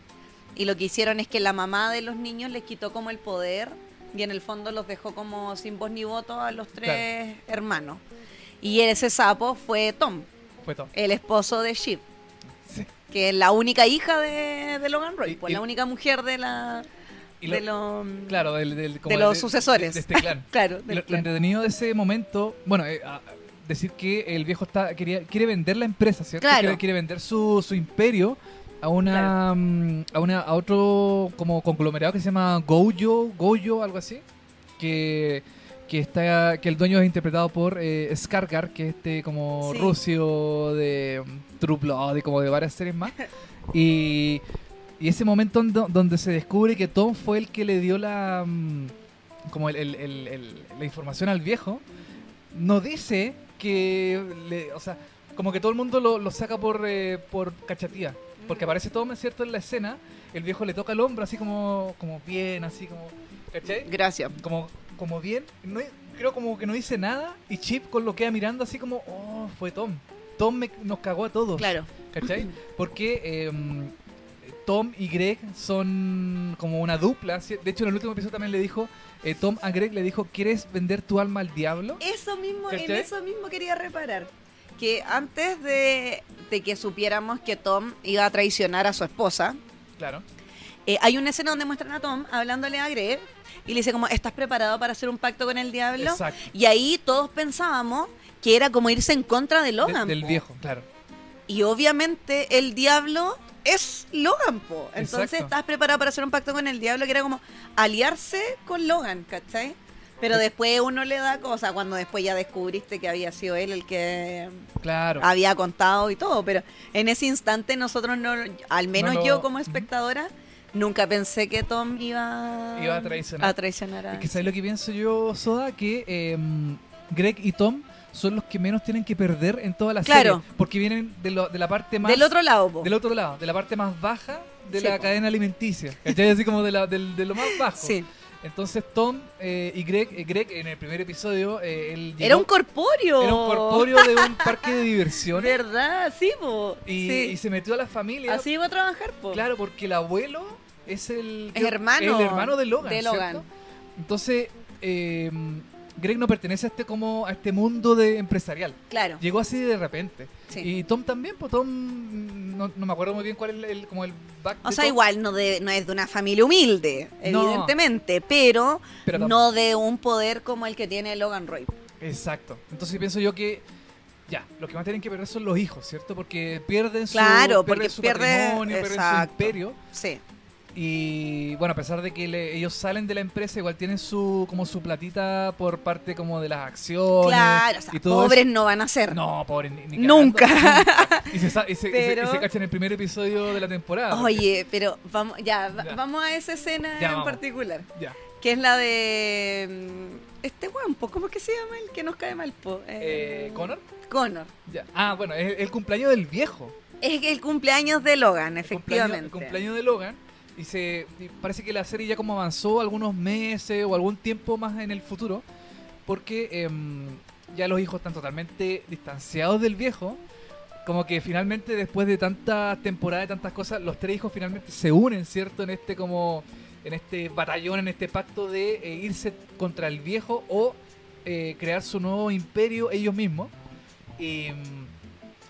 C: y lo que hicieron es que la mamá de los niños les quitó como el poder y en el fondo los dejó como sin voz ni voto a los tres hermanos. Y ese sapo fue Tom,
B: Fue todo.
C: el esposo de Sheep,
B: Sí.
C: que es la única hija de, de Logan Roy,
B: Y-
C: pues,
B: y-
C: la única mujer de la
B: Y lo-
C: de los
B: Claro, del, del- como
C: de los
B: de-
C: sucesores.
B: de este clan.
C: claro,
B: lo,
C: del
B: lo
C: clan.
B: entretenido de ese momento, bueno, eh, a- decir que el viejo está quería, quiere vender la empresa, ¿cierto?
C: Claro.
B: Quiere, quiere vender su, su imperio a una,
C: Claro.
B: mm, a una a otro como conglomerado que se llama Gojo, Gojo, algo así, que que está que el dueño es interpretado por eh, Skarsgård, que es este como
C: Sí.
B: rucio de mm, True Blood y como de varias series más. Y, y ese momento en do- donde se descubre que Tom fue el que le dio la mm, como el- el- el- el- la información al viejo, no dice que le- o sea, como que todo el mundo lo, lo saca por eh, por cachatía, porque aparece Tom, es cierto, en la escena, el viejo le toca el hombro así como como bien, así como ¿cachai?
C: Gracias.
B: como, como bien, no, creo como que no dice nada y Chip con lo queda mirando así como, oh, fue Tom. Tom me- nos cagó a todos.
C: Claro.
B: ¿Cachai? Porque em, Tom y Greg son como una dupla. ¿sí? De hecho, en el último episodio también le dijo, eh, Tom a Greg le dijo, ¿quieres vender tu alma al diablo?
C: Eso mismo, en
B: ¿Cachai?
C: eso mismo quería reparar. Que antes de, de que supiéramos que Tom iba a traicionar a su esposa,
B: Claro.
C: Eh, hay una escena donde muestran a Tom hablándole a Greg y le dice como, ¿estás preparado para hacer un pacto con el diablo?
B: Exacto.
C: Y ahí todos pensábamos que era como irse en contra de
B: De-
C: Logan.
B: del
C: po.
B: viejo, claro.
C: Y obviamente el diablo es Logan, po. Entonces
B: Exacto.
C: estás preparado para hacer un pacto con el diablo que era como aliarse con Logan, ¿cachai? Pero después uno le da cosa cuando después ya descubriste que había sido él el que
B: Claro.
C: había contado y todo, pero en ese instante nosotros no, al menos
B: No lo-
C: yo como
B: Ujú.
C: espectadora, nunca pensé que Tom iba,
B: Iba a traicionar.
C: a traicionar a-
B: Es que sabes lo que pienso yo, Soda, que eh, Greg y Tom son los que menos tienen que perder en toda la
C: Claro.
B: serie, porque vienen de, lo- de la parte más
C: del otro lado, po.
B: del otro lado, de la parte más baja de
C: Sí,
B: la
C: po.
B: cadena alimenticia, ¿cachai? así como de, la, del- de lo más bajo.
C: Sí.
B: Entonces Tom eh, y Greg, eh, Greg en el primer episodio, eh, él
C: Era
B: llegó-
C: un corpóreo.
B: era un corpóreo de un parque de diversiones
C: ¿Verdad? Sí, po.
B: y,
C: Sí.
B: y se metió a la familia,
C: Así iba a trabajar, po.
B: claro, porque el abuelo es el,
C: Es hermano
B: el hermano de Logan,
C: de
B: ¿cierto?
C: Logan.
B: Entonces, eh, Greg no pertenece a este como a este mundo de empresarial.
C: Claro.
B: Llegó así de repente.
C: Sí.
B: Y Tom también, pues Tom mm, no, no me acuerdo muy bien cuál es el, el- como el back
C: O
B: de
C: sea,
B: Tom,
C: igual no, de, no es de una familia humilde,
B: No.
C: evidentemente, pero,
B: pero tam-
C: no de un poder como el que tiene Logan Roy.
B: Exacto. Entonces pienso yo que ya, los que más tienen que perder son los hijos, ¿cierto? Porque pierden su, pierden
C: Claro, porque
B: su
C: pierde-
B: patrimonio, pierden su
C: exacto.
B: imperio.
C: Sí.
B: Y bueno, a pesar de que le- ellos salen de la empresa, igual tienen su como su platita por parte como de las acciones.
C: Claro, o sea,
B: y todo eso.
C: pobres no van a ser.
B: No, pobre, ni, ni
C: Nunca.
B: cagando. Y se, sa- y se- y se- y se
C: Pero-
B: cacha en el primer episodio de la temporada.
C: Oye, pero vamos, ya, va-
B: Ya.
C: vamos a esa escena
B: Ya,
C: en
B: vamos.
C: particular,
B: Ya.
C: que es la de mm, este weón, po, ¿cómo es que se llama el que nos cae mal? Po? Eh,
B: Eh, ¿Connor?
C: Connor.
B: Ya. Ah, bueno, es el cumpleaños del viejo.
C: Es el cumpleaños de Logan,
B: El cumpleaños-
C: efectivamente.
B: El cumpleaños de Logan. Y, se, y parece que la serie ya como avanzó algunos meses o algún tiempo más en el futuro. Porque em, ya los hijos están totalmente distanciados del viejo. Como que finalmente después de tantas temporadas y tantas cosas, los tres hijos finalmente se unen, ¿cierto? En este como en este batallón, en este pacto de eh, irse contra el viejo o eh, crear su nuevo imperio ellos mismos. Y, mm,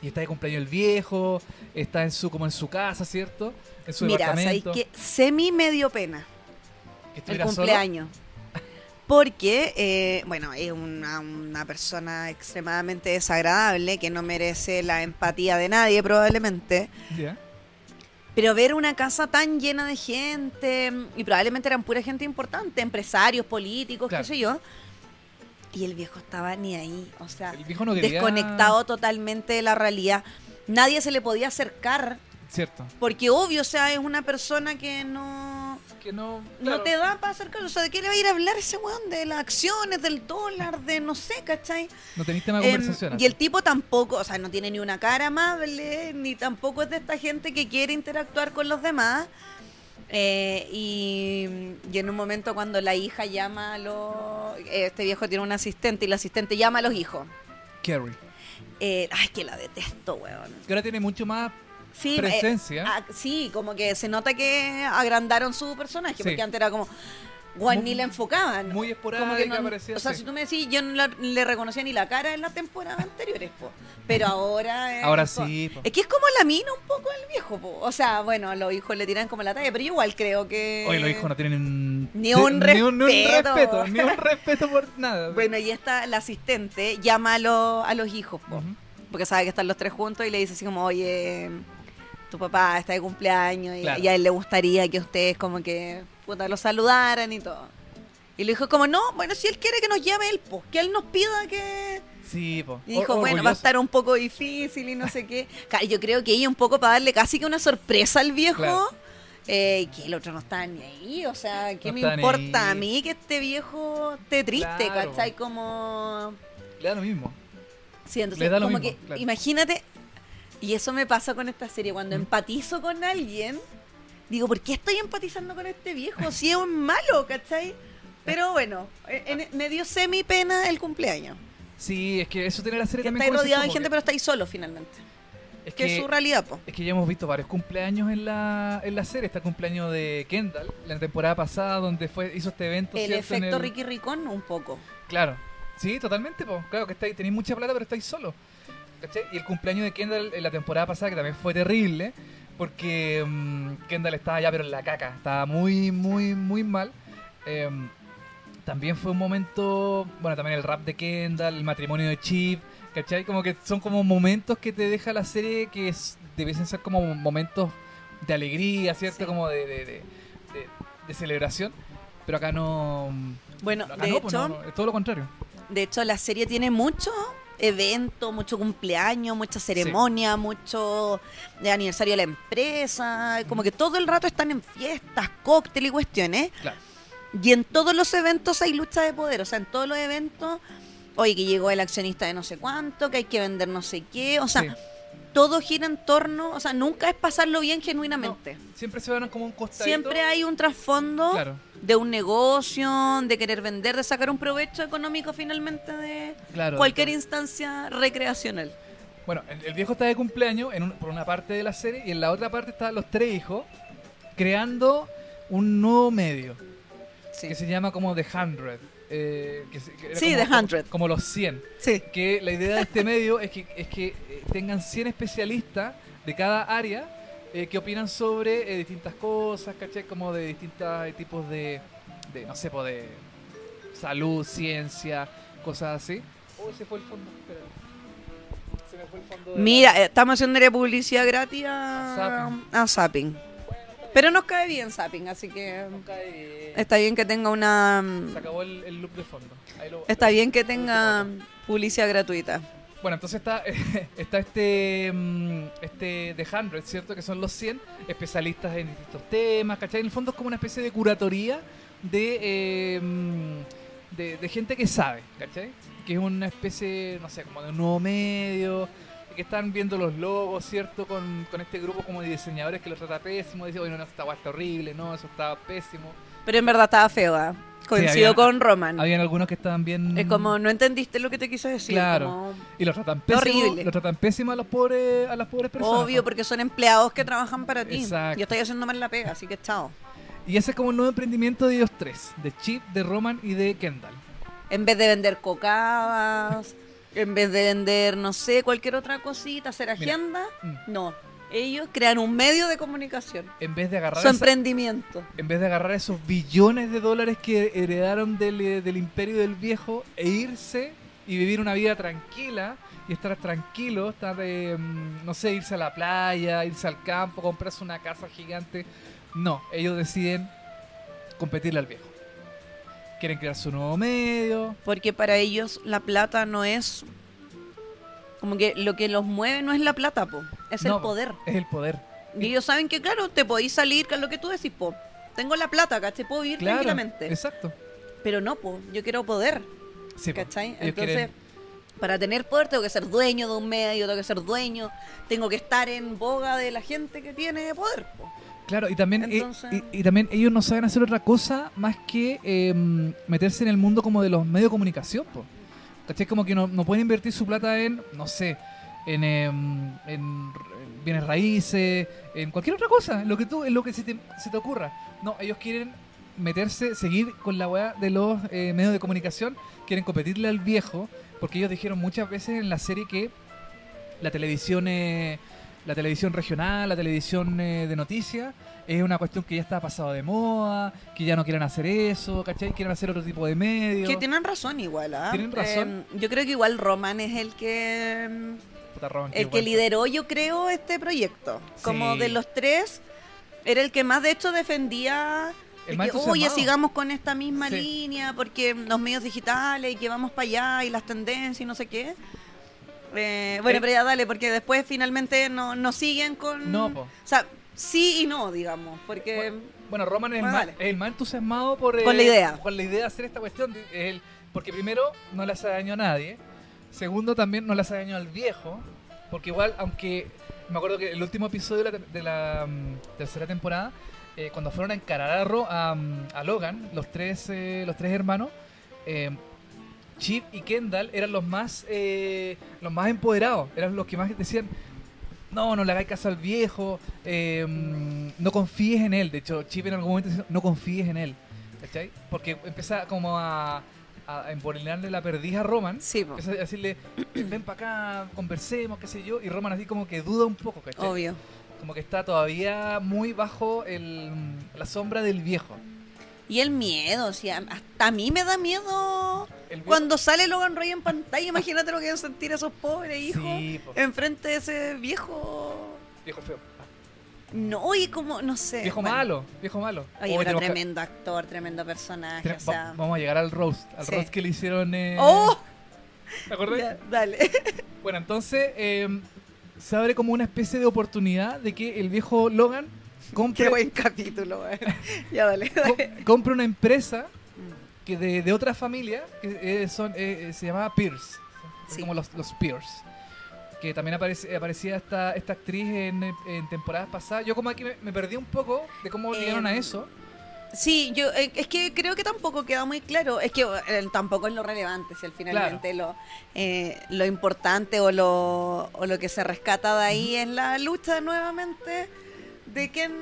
B: y está de cumpleaños el viejo, está en su como en su casa, ¿cierto? En su
C: Mira, sabéis
B: departamento.
C: que semi medio pena.
B: que
C: el
B: estuviera solo.
C: cumpleaños. Porque, eh, bueno, es una, una persona extremadamente desagradable que no merece la empatía de nadie probablemente.
B: Ya.
C: Pero ver una casa tan llena de gente, y probablemente eran pura gente importante, empresarios, políticos,
B: Claro.
C: qué sé yo. Y el viejo estaba ni ahí, o sea,
B: El viejo no quería...
C: desconectado totalmente de la realidad. Nadie se le podía acercar,
B: Cierto.
C: porque obvio, o sea, es una persona que no...
B: Que no...
C: No
B: claro.
C: te da para acercarlo. O sea, ¿de qué le va a ir a hablar ese weón? De las acciones, del dólar, de no sé, ¿cachai?
B: No tenéis tema de
C: Em,
B: conversación.
C: y el tipo tampoco, o sea, no tiene ni una cara amable, ni tampoco es de esta gente que quiere interactuar con los demás. Eh, y, y en un momento cuando la hija llama a los... Este viejo tiene un asistente y el asistente llama a los hijos.
B: Carrie.
C: Eh, ay, que la detesto, weón.
B: Que ahora tiene mucho más
C: Sí, eh,
B: presencia.
C: Ah, sí, como que se nota que agrandaron su personaje,
B: Sí.
C: porque antes era como, Juan
B: Muy-
C: ni la enfocaban.
B: muy
C: Como
B: esporádica
C: que no-
B: aparecía
C: o sea,
B: así.
C: si tú me decís, yo no la- le reconocía ni la cara en las temporadas anteriores, po. pero ahora... es-
B: Ahora sí, po.
C: Es que es como la mina un poco el viejo, po. o sea, bueno, los hijos le tiran como la talla, pero yo igual creo que...
B: Oye, los hijos no tienen
C: Ni un
B: ni un, ni un
C: respeto.
B: respeto, ni un respeto por nada.
C: Bueno, y esta, la asistente, llama a, los- a los hijos, po.
B: Ujú.
C: porque sabe que están los tres juntos y le dice así como, oye, tu papá está de cumpleaños y,
B: Claro.
C: y a él le gustaría que ustedes como que puta, lo saludaran y todo. Y le dijo como, no, bueno, si él quiere que nos llame él, pues que él nos pida que...
B: Sí, po.
C: Y dijo,
B: O-
C: bueno, va a
B: orgulloso.
C: estar un poco difícil y no sé qué. Claro, yo creo que ella un poco para darle casi que una sorpresa al viejo.
B: Claro.
C: eh, que el otro no está ni ahí, o sea, ¿qué
B: No
C: me
B: está ni
C: importa a
B: ahí.
C: mí que este viejo esté triste,
B: Claro.
C: ¿cachai? Como...
B: Le da lo mismo.
C: Sí, entonces
B: Les da lo
C: como
B: mismo,
C: que
B: claro.
C: imagínate, y eso me pasa con esta serie, cuando
B: Mm.
C: empatizo con alguien, digo, ¿por qué estoy empatizando con este viejo? Si es un malo, ¿cachai? Pero bueno, en- en- me dio semi pena el cumpleaños.
B: Sí, es que eso tiene la serie
C: Que
B: también.
C: estáis
B: como
C: rodeado de
B: decís tú, porque
C: gente, pero estáis solo finalmente.
B: es
C: Que es su realidad, po.
B: Es que ya hemos visto varios cumpleaños en la, en la serie. Está el cumpleaños de Kendall, la temporada pasada, donde fue hizo este evento.
C: El
B: ¿cierto? En
C: efecto
B: el-
C: Ricky Ricón un poco.
B: Claro. Sí, totalmente. Po. Claro que estáis, tenéis mucha plata, pero estáis solo. ¿Cachai? Y el cumpleaños de Kendall en la temporada pasada, que también fue terrible, porque mm, Kendall estaba ya pero en la caca, estaba muy, muy, muy mal. Em, también fue un momento, bueno, también el rap de Kendall, el matrimonio de Chip, ¿cachai? Como que son como momentos que te deja la serie que es- debiesen ser como momentos de alegría, ¿cierto?
C: Sí.
B: Como de, de- de- de- de celebración. Pero acá no... mm,
C: Bueno,
B: acá
C: de
B: no, pues,
C: hecho,
B: no, no, es todo lo contrario.
C: de hecho la serie tiene mucho evento, mucho cumpleaños, mucha ceremonia, mucho de aniversario de la empresa, como que todo el rato están en fiestas, cócteles y cuestiones.
B: Claro.
C: Y en todos los eventos hay lucha de poder, o sea, en todos los eventos, oye, que llegó el accionista de no sé cuánto, que hay que vender no sé qué, o sea,
B: Sí.
C: todo gira en torno, o sea, nunca es pasarlo bien genuinamente.
B: Siempre se van como un costadito.
C: Siempre hay un trasfondo
B: Claro,
C: de un negocio, de querer vender, de sacar un provecho económico finalmente de
B: claro.
C: cualquier instancia recreacional.
B: Bueno, el, el viejo está de cumpleaños en un- por una parte de la serie y en la otra parte están los tres hijos creando un nuevo medio
C: Sí.
B: que se llama como The Hundred. eh, que se- que era
C: Sí,
B: como-
C: The Hundred.
B: Como, como los 100.
C: Sí.
B: Que la idea de este medio es que, es que eh, tengan 100 especialistas de cada área eh, que opinan sobre eh, distintas cosas, ¿cachai? Como de distintos tipos de, de, no sé, po, de salud, ciencia, cosas así. Uy, se fue el fondo, espérate. Se me fue el fondo. de la-
C: Mira, eh, estamos haciendo publicidad gratis a,
B: A
C: a Zapping. Pero nos cae bien Zapping, así que
B: Nos cae bien.
C: está bien que tenga una...
B: Se acabó el, el loop de fondo. Ahí lo-
C: Está bien que tenga publicidad gratuita.
B: Bueno, entonces está, está este, mm, este The 100, ¿cierto? Que son los 100 especialistas en distintos temas, ¿cachai? En el fondo es como una especie de curatoría de, eh, mm, de, de gente que sabe, ¿cachai? Que es una especie, no sé, como de un nuevo medio, que están viendo los logos, ¿cierto? Con, con este grupo como de diseñadores que lo trata pésimo, dice, oye, no, no, esta guay está horrible, no, eso está pésimo.
C: Pero en verdad estaba feo, ¿ah? coincido
B: había-
C: con Roman.
B: Habían algunos que estaban bien...
C: Mm. Es como, no entendiste lo que te quiso decir.
B: Claro.
C: como-
B: Y los tratan pésimo,
C: Horrible.
B: los tratan pésimo a los pobres, a las pobres personas.
C: Obvio, porque son empleados que trabajan para ti.
B: Exacto.
C: Yo estoy haciendo mal la pega, así que chao.
B: Y ese es como un nuevo emprendimiento de ellos tres, de Chip, de Roman y de Kendall.
C: En vez de vender cocadas, en vez de vender, no sé, cualquier otra cosita, hacer
B: Mira.
C: agenda,
B: Mm.
C: no. Ellos crean un medio de comunicación,
B: En vez de agarrar
C: su
B: esa-
C: emprendimiento.
B: en vez de agarrar esos billones de dólares que heredaron del, eh, del imperio del viejo e irse y vivir una vida tranquila y estar tranquilo, estar, eh, mm, no sé, irse a la playa, irse al campo, comprarse una casa gigante. No, ellos deciden competirle al viejo. Quieren crear su nuevo medio.
C: Porque para ellos la plata no es. Como que lo que los mueve no es la plata, po, es
B: No,
C: el poder.
B: Es el poder.
C: Y ellos saben que, claro, te podéis salir con lo que tú decís, po. Tengo la plata, ¿cachai? Puedo vivir
B: Claro,
C: tranquilamente.
B: Exacto.
C: Pero no, po. Yo quiero poder.
B: Sí, po.
C: ¿Cachai?
B: Ellos
C: Entonces,
B: quieren-
C: para tener poder tengo que ser dueño de un medio, tengo que ser dueño, tengo que estar en boga de la gente que tiene poder. po.
B: Claro, y también, e-
C: Entonces-
B: y, y también ellos no saben hacer otra cosa más que eh, meterse en el mundo como de los medios de comunicación. Po. ¿Cachai? Como que no, no pueden invertir su plata en, no sé, en, eh, en, r- bienes raíces, en cualquier otra cosa, en lo que, tú, en lo que se, te, se te ocurra. No, ellos quieren meterse, seguir con la weá de los eh, medios de comunicación, quieren competirle al viejo, porque ellos dijeron muchas veces en la serie que la televisión... eh, la televisión regional, la televisión eh, de noticias, es una cuestión que ya está pasado de moda, que ya no quieren hacer eso, ¿cachai? Quieren hacer otro tipo de medios.
C: Que tienen razón igual, ¿ah?
B: Tienen razón.
C: Eh, yo creo que igual Roman es el que mm,
B: Puta, Roman, qué
C: el que
B: bueno.
C: lideró, yo creo, este proyecto. Como
B: pues. Sí.
C: de los tres, era el que más de hecho defendía
B: El
C: de
B: más
C: que, oye,
B: entusiasmado".
C: sigamos con esta misma
B: Sí.
C: línea, porque los medios digitales y que vamos para allá y las tendencias y no sé qué. Eh, bueno,
B: Eh.
C: pero ya dale, porque después finalmente no, no siguen con...
B: No, po.
C: O sea, sí y no, digamos, porque...
B: Bueno, Roman es, el
C: Bueno,
B: más,
C: dale.
B: es el más entusiasmado por... eh,
C: Con la idea.
B: Con la idea de hacer esta cuestión. Es el- porque primero, no le hace daño a nadie. Segundo, también no le hace daño al viejo. Porque igual, aunque... Me acuerdo que el último episodio de la, te- de la, mm, tercera temporada, eh, cuando fueron a encarar a, Ro- a, mm, a Logan, los tres, eh, los tres hermanos, eh, Chip y Kendall eran los más eh, los más empoderados, eran los que más decían no, no le hagáis caso al viejo, eh, mm, no confíes en él. De hecho, Chip en algún momento dice, no confíes en él, ¿cachai? Porque empieza como a, a embolinarle la perdiz a Roman,
C: Sí, po,
B: empieza a decirle, ven para acá, conversemos, qué sé yo, y Roman así como que duda un poco, ¿cachai?
C: obvio.
B: Como que está todavía muy bajo el, la sombra del viejo.
C: Y el miedo, o sea, hasta a mí me da miedo
B: El viejo-
C: cuando sale Logan Roy en pantalla. Imagínate lo que deben sentir esos pobres hijos
B: Sí, po,
C: enfrente de ese viejo.
B: viejo feo.
C: No, y como, no sé.
B: Viejo
C: bueno.
B: malo, viejo malo. Hoy
C: Oye, pero
B: tenemos que-
C: tremendo actor, tremendo personaje,
B: Tre-
C: o
B: va-
C: sea.
B: vamos a llegar al roast, al
C: Sí.
B: roast que le hicieron. eh,
C: ¡Oh!
B: ¿Te acordás?
C: Ya, dale.
B: Bueno, entonces eh, se abre como una especie de oportunidad de que el viejo Logan compre,
C: Qué buen capítulo, weón. Ya, dale. dale.
B: co- compre una empresa que de, de otra familia que eh, son, eh, eh, se llamaba Pierce,
C: Sí.
B: como los, los Pierce. Que también aparece- aparecía esta, esta actriz en, eh, en temporadas pasadas. Yo como aquí me, me perdí un poco de cómo
C: Eh,
B: llegaron a eso.
C: Sí, yo eh, es que creo que tampoco queda muy claro. Es que eh, tampoco es lo relevante, si al finalmente lo, eh, lo importante o lo, o lo que se rescata de ahí es la lucha nuevamente de quién.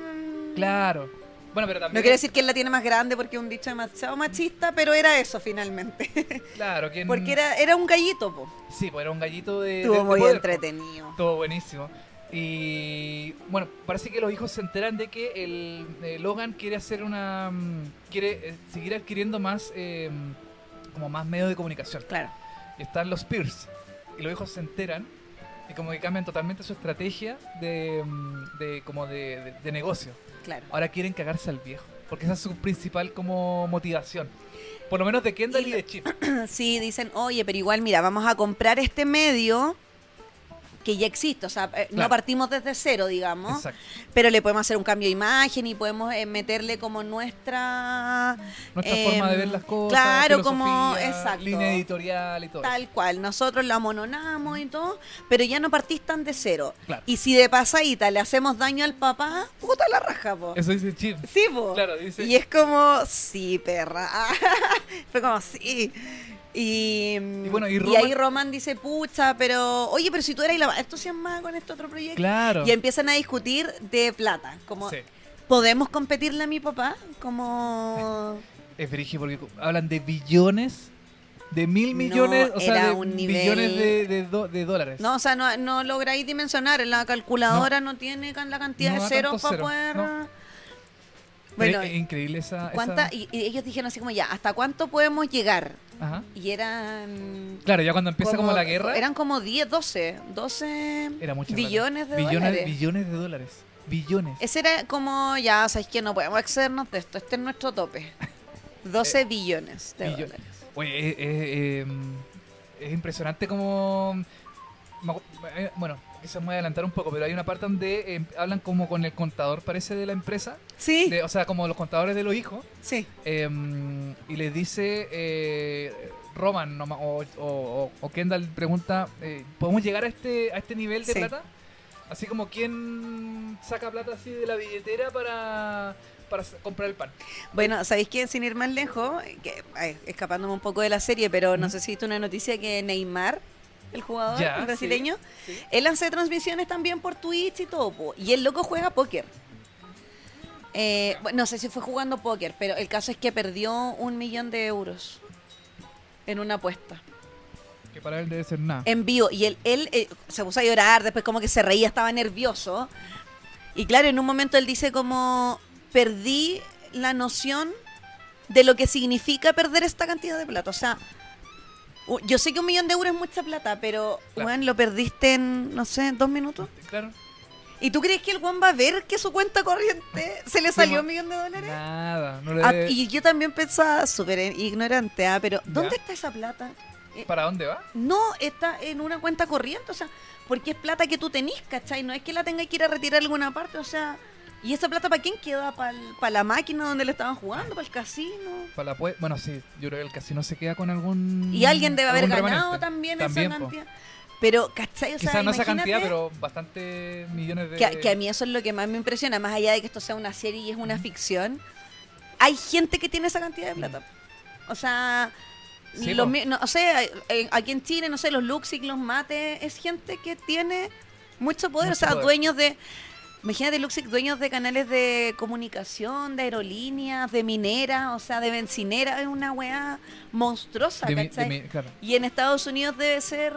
B: Claro. Bueno, pero
C: No
B: también...
C: quiero decir quién la tiene más grande porque es un dicho demasiado machista, pero era eso finalmente.
B: Claro, que en-
C: Porque era, era un gallito, po.
B: Sí, pues era un gallito de... de-
C: Estuvo
B: de
C: muy
B: poder.
C: entretenido.
B: Todo buenísimo. Y bueno, parece que los hijos se enteran de que el eh, Logan quiere hacer una. mm, quiere eh, seguir adquiriendo más. eh, como más medios de comunicación.
C: Claro.
B: Y están los Pierce. Y los hijos se enteran. Y como que cambian totalmente su estrategia de. mm, de como de, de- de negocio.
C: Claro.
B: Ahora quieren cagarse al viejo. Porque esa es su principal como motivación. Por lo menos de Kendall y,
C: Y lo-
B: de Chip.
C: Sí, dicen, oye, pero igual, mira, vamos a comprar este medio que ya existe. O sea, eh,
B: Claro.
C: no partimos desde cero, digamos.
B: Exacto.
C: Pero le podemos hacer un cambio de imagen y podemos eh, meterle como nuestra.
B: Nuestra
C: Em,
B: forma de ver las cosas.
C: claro, como-
B: filosofía,
C: exacto.
B: Línea editorial y todo. eso.
C: Tal cual, nosotros la mononamos y todo, pero ya no partís tan de cero.
B: Claro.
C: Y si de pasadita le hacemos daño al papá, puta la raja, po.
B: Eso dice Chip.
C: Sí, po.
B: Claro, dice.
C: Y es como, sí, perra. Fue como, sí. Y,
B: Y bueno, y
C: ahí
B: Roman-
C: Roman dice, pucha, pero, oye, pero si tú eras la... Esto se más con este otro proyecto.
B: Claro.
C: Y empiezan a discutir de plata. Como,
B: Sí.
C: ¿podemos competirle a mi papá? Como...
B: Es brígido porque hablan de billones, de mil millones,
C: No,
B: o sea,
C: era
B: de
C: un nivel-
B: billones de, de do- de dólares.
C: No, o sea, no, no lográis dimensionar. La calculadora no, tiene can- la cantidad
B: No
C: de
B: da
C: ceros
B: tanto
C: para
B: cero,
C: poder...
B: no.
C: Bueno,
B: Es, es increíble esa. esa-
C: ¿cuánta- Y, y ellos dijeron así como ya, ¿hasta cuánto podemos llegar?
B: Ajá.
C: Y eran...
B: Claro, ya cuando empieza como, la guerra,
C: Eran como 10, 12, 12
B: era mucho.
C: billones de
B: billones,
C: dólares.
B: Billones de dólares. Billones.
C: Ese era como, ya, sabes que no podemos excedernos de esto, este es nuestro tope. 12 billones de
B: Billo-
C: dólares.
B: Oye, eh, eh, eh, es impresionante como... me acu- eh, Bueno, quizás me voy a adelantar un poco, pero hay una parte donde eh, hablan como con el contador, parece, de la empresa.
C: Sí,
B: de- o sea, como los contadores de los hijos.
C: sí.
B: Eh, y les dice eh, Roman no ma- o, o- o Kendall pregunta eh, ¿podemos llegar a este a este nivel de
C: Sí.
B: plata? Así como quién saca plata así de la billetera para, para s- comprar el pan.
C: Bueno, ¿sabéis qué? Sin ir más lejos, que, ay, escapándome un poco de la serie, pero no
B: Ujú.
C: sé si viste una noticia que Neymar, el jugador
B: Ya,
C: brasileño,
B: sí, sí.
C: él hace transmisiones también por Twitch y todo, po, y el loco juega póker. Eh, bueno, no sé si fue jugando póker, pero el caso es que perdió un millón de euros en una apuesta,
B: Que para él debe ser nada.
C: en vivo, y él, él eh, se puso a llorar, después como que se reía, estaba nervioso, y claro, en un momento él dice como, perdí la noción de lo que significa perder esta cantidad de plata. O sea, u- yo sé que un millón de euros es mucha plata, pero,
B: Claro.
C: weón, lo perdiste en, no sé, dos minutos.
B: Claro.
C: ¿Y tú crees que el Juan va a ver que su cuenta corriente se le salió un millón de
B: Eh.
C: dólares?
B: Nada. No le
C: Ah,
B: debe-
C: y yo también pensaba, súper ignorante, ah, pero ¿dónde
B: Ya.
C: está esa plata?
B: ¿Para dónde va?
C: No está en una cuenta corriente, o sea, porque es plata que tú tenés, ¿cachai? No es que la tengas que ir a retirar a alguna parte, o sea, ¿y esa plata para quién queda? ¿Para la máquina donde le estaban jugando? ¿Para el casino?
B: Para la pue- bueno, sí, yo creo que el casino se queda con algún...
C: Y alguien debe haber
B: Mm, algún
C: ganado
B: remanente.
C: también,
B: También,
C: esa
B: po.
C: cantidad. Pero, ¿cachai? O sea,
B: Quizás no esa
C: imagínate
B: cantidad, pero bastante millones de...
C: que, que a mí eso es lo que más me impresiona, más allá de que esto sea una serie y es una ficción. Hay gente que tiene esa cantidad de plata. O sea,
B: Sí,
C: los
B: po.
C: mi- no, o sea, eh, aquí en Chile, no sé, los Luxig, los Mates, es gente que tiene mucho poder.
B: Mucho
C: o sea,
B: poder.
C: dueños de. Imagínate, Luxig, dueños de canales de comunicación, de aerolíneas, de mineras, o sea, de bencinera, es una weá monstruosa,
B: de mi- de
C: ¿cachai?
B: mi- claro.
C: Y en Estados Unidos debe ser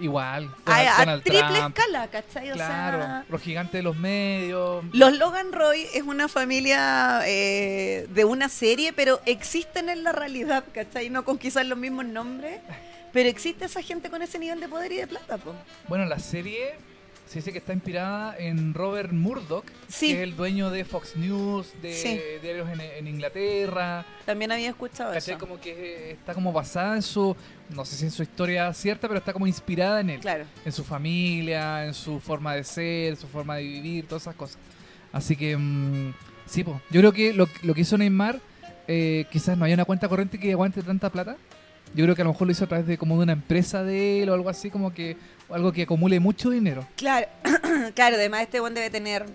B: Igual.
C: a, a
B: Donald
C: triple
B: Trump,
C: escala, ¿cachai? O
B: Claro,
C: sea,
B: los gigantes de los medios.
C: los Logan Roy es una familia eh, de una serie, pero existen en la realidad, ¿cachai? No con quizás los mismos nombres, pero existe esa gente con ese nivel de poder y de plata, po.
B: Bueno, la serie se dice que está inspirada en Robert Murdoch,
C: Sí.
B: que es el dueño de Fox News, de
C: Sí.
B: diarios en, en Inglaterra.
C: También había escuchado
B: ¿Cachai?
C: eso.
B: Como que eh, está como basada en su, no sé si en su historia cierta, pero está como inspirada en él.
C: Claro.
B: En su familia, en su forma de ser, su forma de vivir, todas esas cosas. Así que, mm, sí, po. yo creo que lo, lo que hizo Neymar, eh, quizás no haya una cuenta corriente que aguante tanta plata. Yo creo que a lo mejor lo hizo a través de como de una empresa de él o algo así, como que o algo que acumule mucho dinero.
C: Claro, claro, además este buen debe tener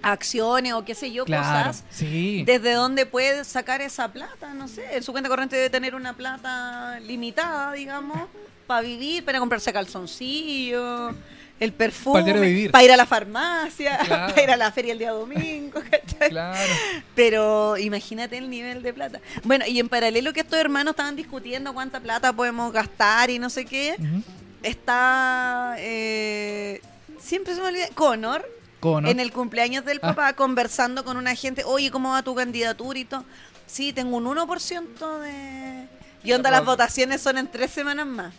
C: acciones o qué sé yo,
B: Claro,
C: cosas.
B: sí.
C: ¿Desde dónde puede sacar esa plata? No sé, en su cuenta corriente debe tener una plata limitada, digamos, para vivir, para comprarse calzoncillo, el
B: Para el diario
C: perfume,
B: vivir.
C: para ir a la farmacia,
B: Claro.
C: para ir a la feria el día domingo, ¿cachai?
B: Claro.
C: Pero imagínate el nivel de plata. Bueno, y en paralelo que estos hermanos estaban discutiendo cuánta plata podemos gastar y no sé qué,
B: Ujú.
C: está... eh, siempre se me olvida, Connor,
B: Cono.
C: en el cumpleaños del
B: Ah.
C: papá conversando con una gente, oye, ¿cómo va tu candidatura y todo? Sí, tengo un 1% de... Y onda, las
B: Aprobación.
C: votaciones son en tres semanas más.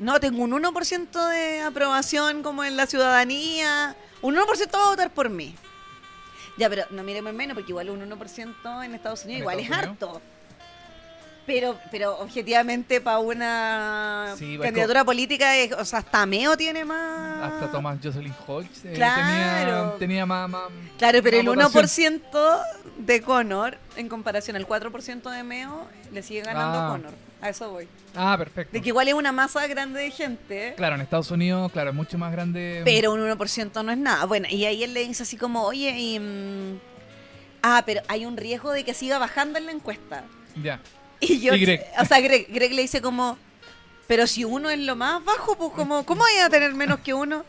C: No, tengo un 1% de aprobación como en la ciudadanía. Un 1% va a votar por mí. Ya, pero no miremos en menos, porque igual un 1% en Estados Unidos
B: En Estados
C: igual es
B: Unidos.
C: harto. Pero, pero objetivamente para una
B: Sí, pues, va, es
C: candidatura política, es- o sea, hasta Meo tiene más...
B: Hasta Thomas Jocelyn Hodges eh,
C: Claro.
B: tenía, tenía más, más-
C: Claro, pero
B: más
C: el
B: votación.
C: 1% de Connor, en comparación al 4% de Meo, le sigue ganando
B: Ah.
C: Connor. A eso voy.
B: Ah, perfecto.
C: De que igual es una masa grande de gente, ¿eh?
B: Claro, en Estados Unidos, claro, es mucho más grande.
C: pero un 1% no es nada. Bueno, y ahí él le dice así como, oye, y, mm, ah, pero hay un riesgo de que siga bajando en la encuesta.
B: Ya.
C: Y yo,
B: Y Greg.
C: o sea, Greg, Greg le dice como, pero si uno es lo más bajo, pues como, ¿cómo hay a tener menos que uno?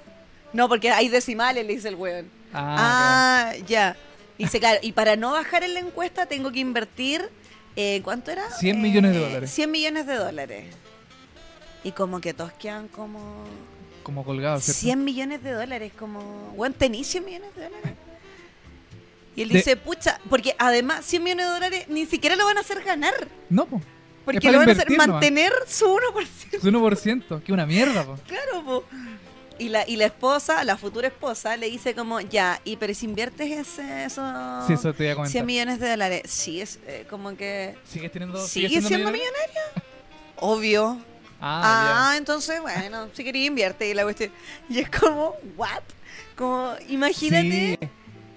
C: No, porque hay decimales, le dice el weón.
B: Ah,
C: Ah, ya. Dice, claro, y para no bajar en la encuesta tengo que invertir, eh, ¿cuánto era?
B: 100
C: Eh,
B: millones de dólares.
C: 100 millones de dólares. Y como que todos quedan como...
B: ok. como colgado, Ah, ¿cierto?
C: 100 millones de dólares, como... Bueno, tenís 100 millones de dólares. Y él
B: De-
C: dice, pucha, porque además 100 millones de dólares ni siquiera lo van a hacer ganar,
B: No, po.
C: porque
B: para
C: lo van a hacer
B: invertir nomás.
C: mantener su 1%.
B: Es 1%, que una mierda, po.
C: Claro, po. Y la, y la esposa, la futura esposa, le dice como, ya, y pero si inviertes ese, eso...
B: Sí, eso te voy a
C: 100
B: comentar.
C: millones de dólares. Sí, es eh, como que.
B: ¿Sigues teniendo
C: ¿Sigue
B: sigues
C: siendo, millonaria? Obvio. Ah,
B: Ah,
C: entonces, bueno, si quería invierte y la cuestión. Y es como, ¿what? Como,
B: ya.
C: imagínate.
B: Sí.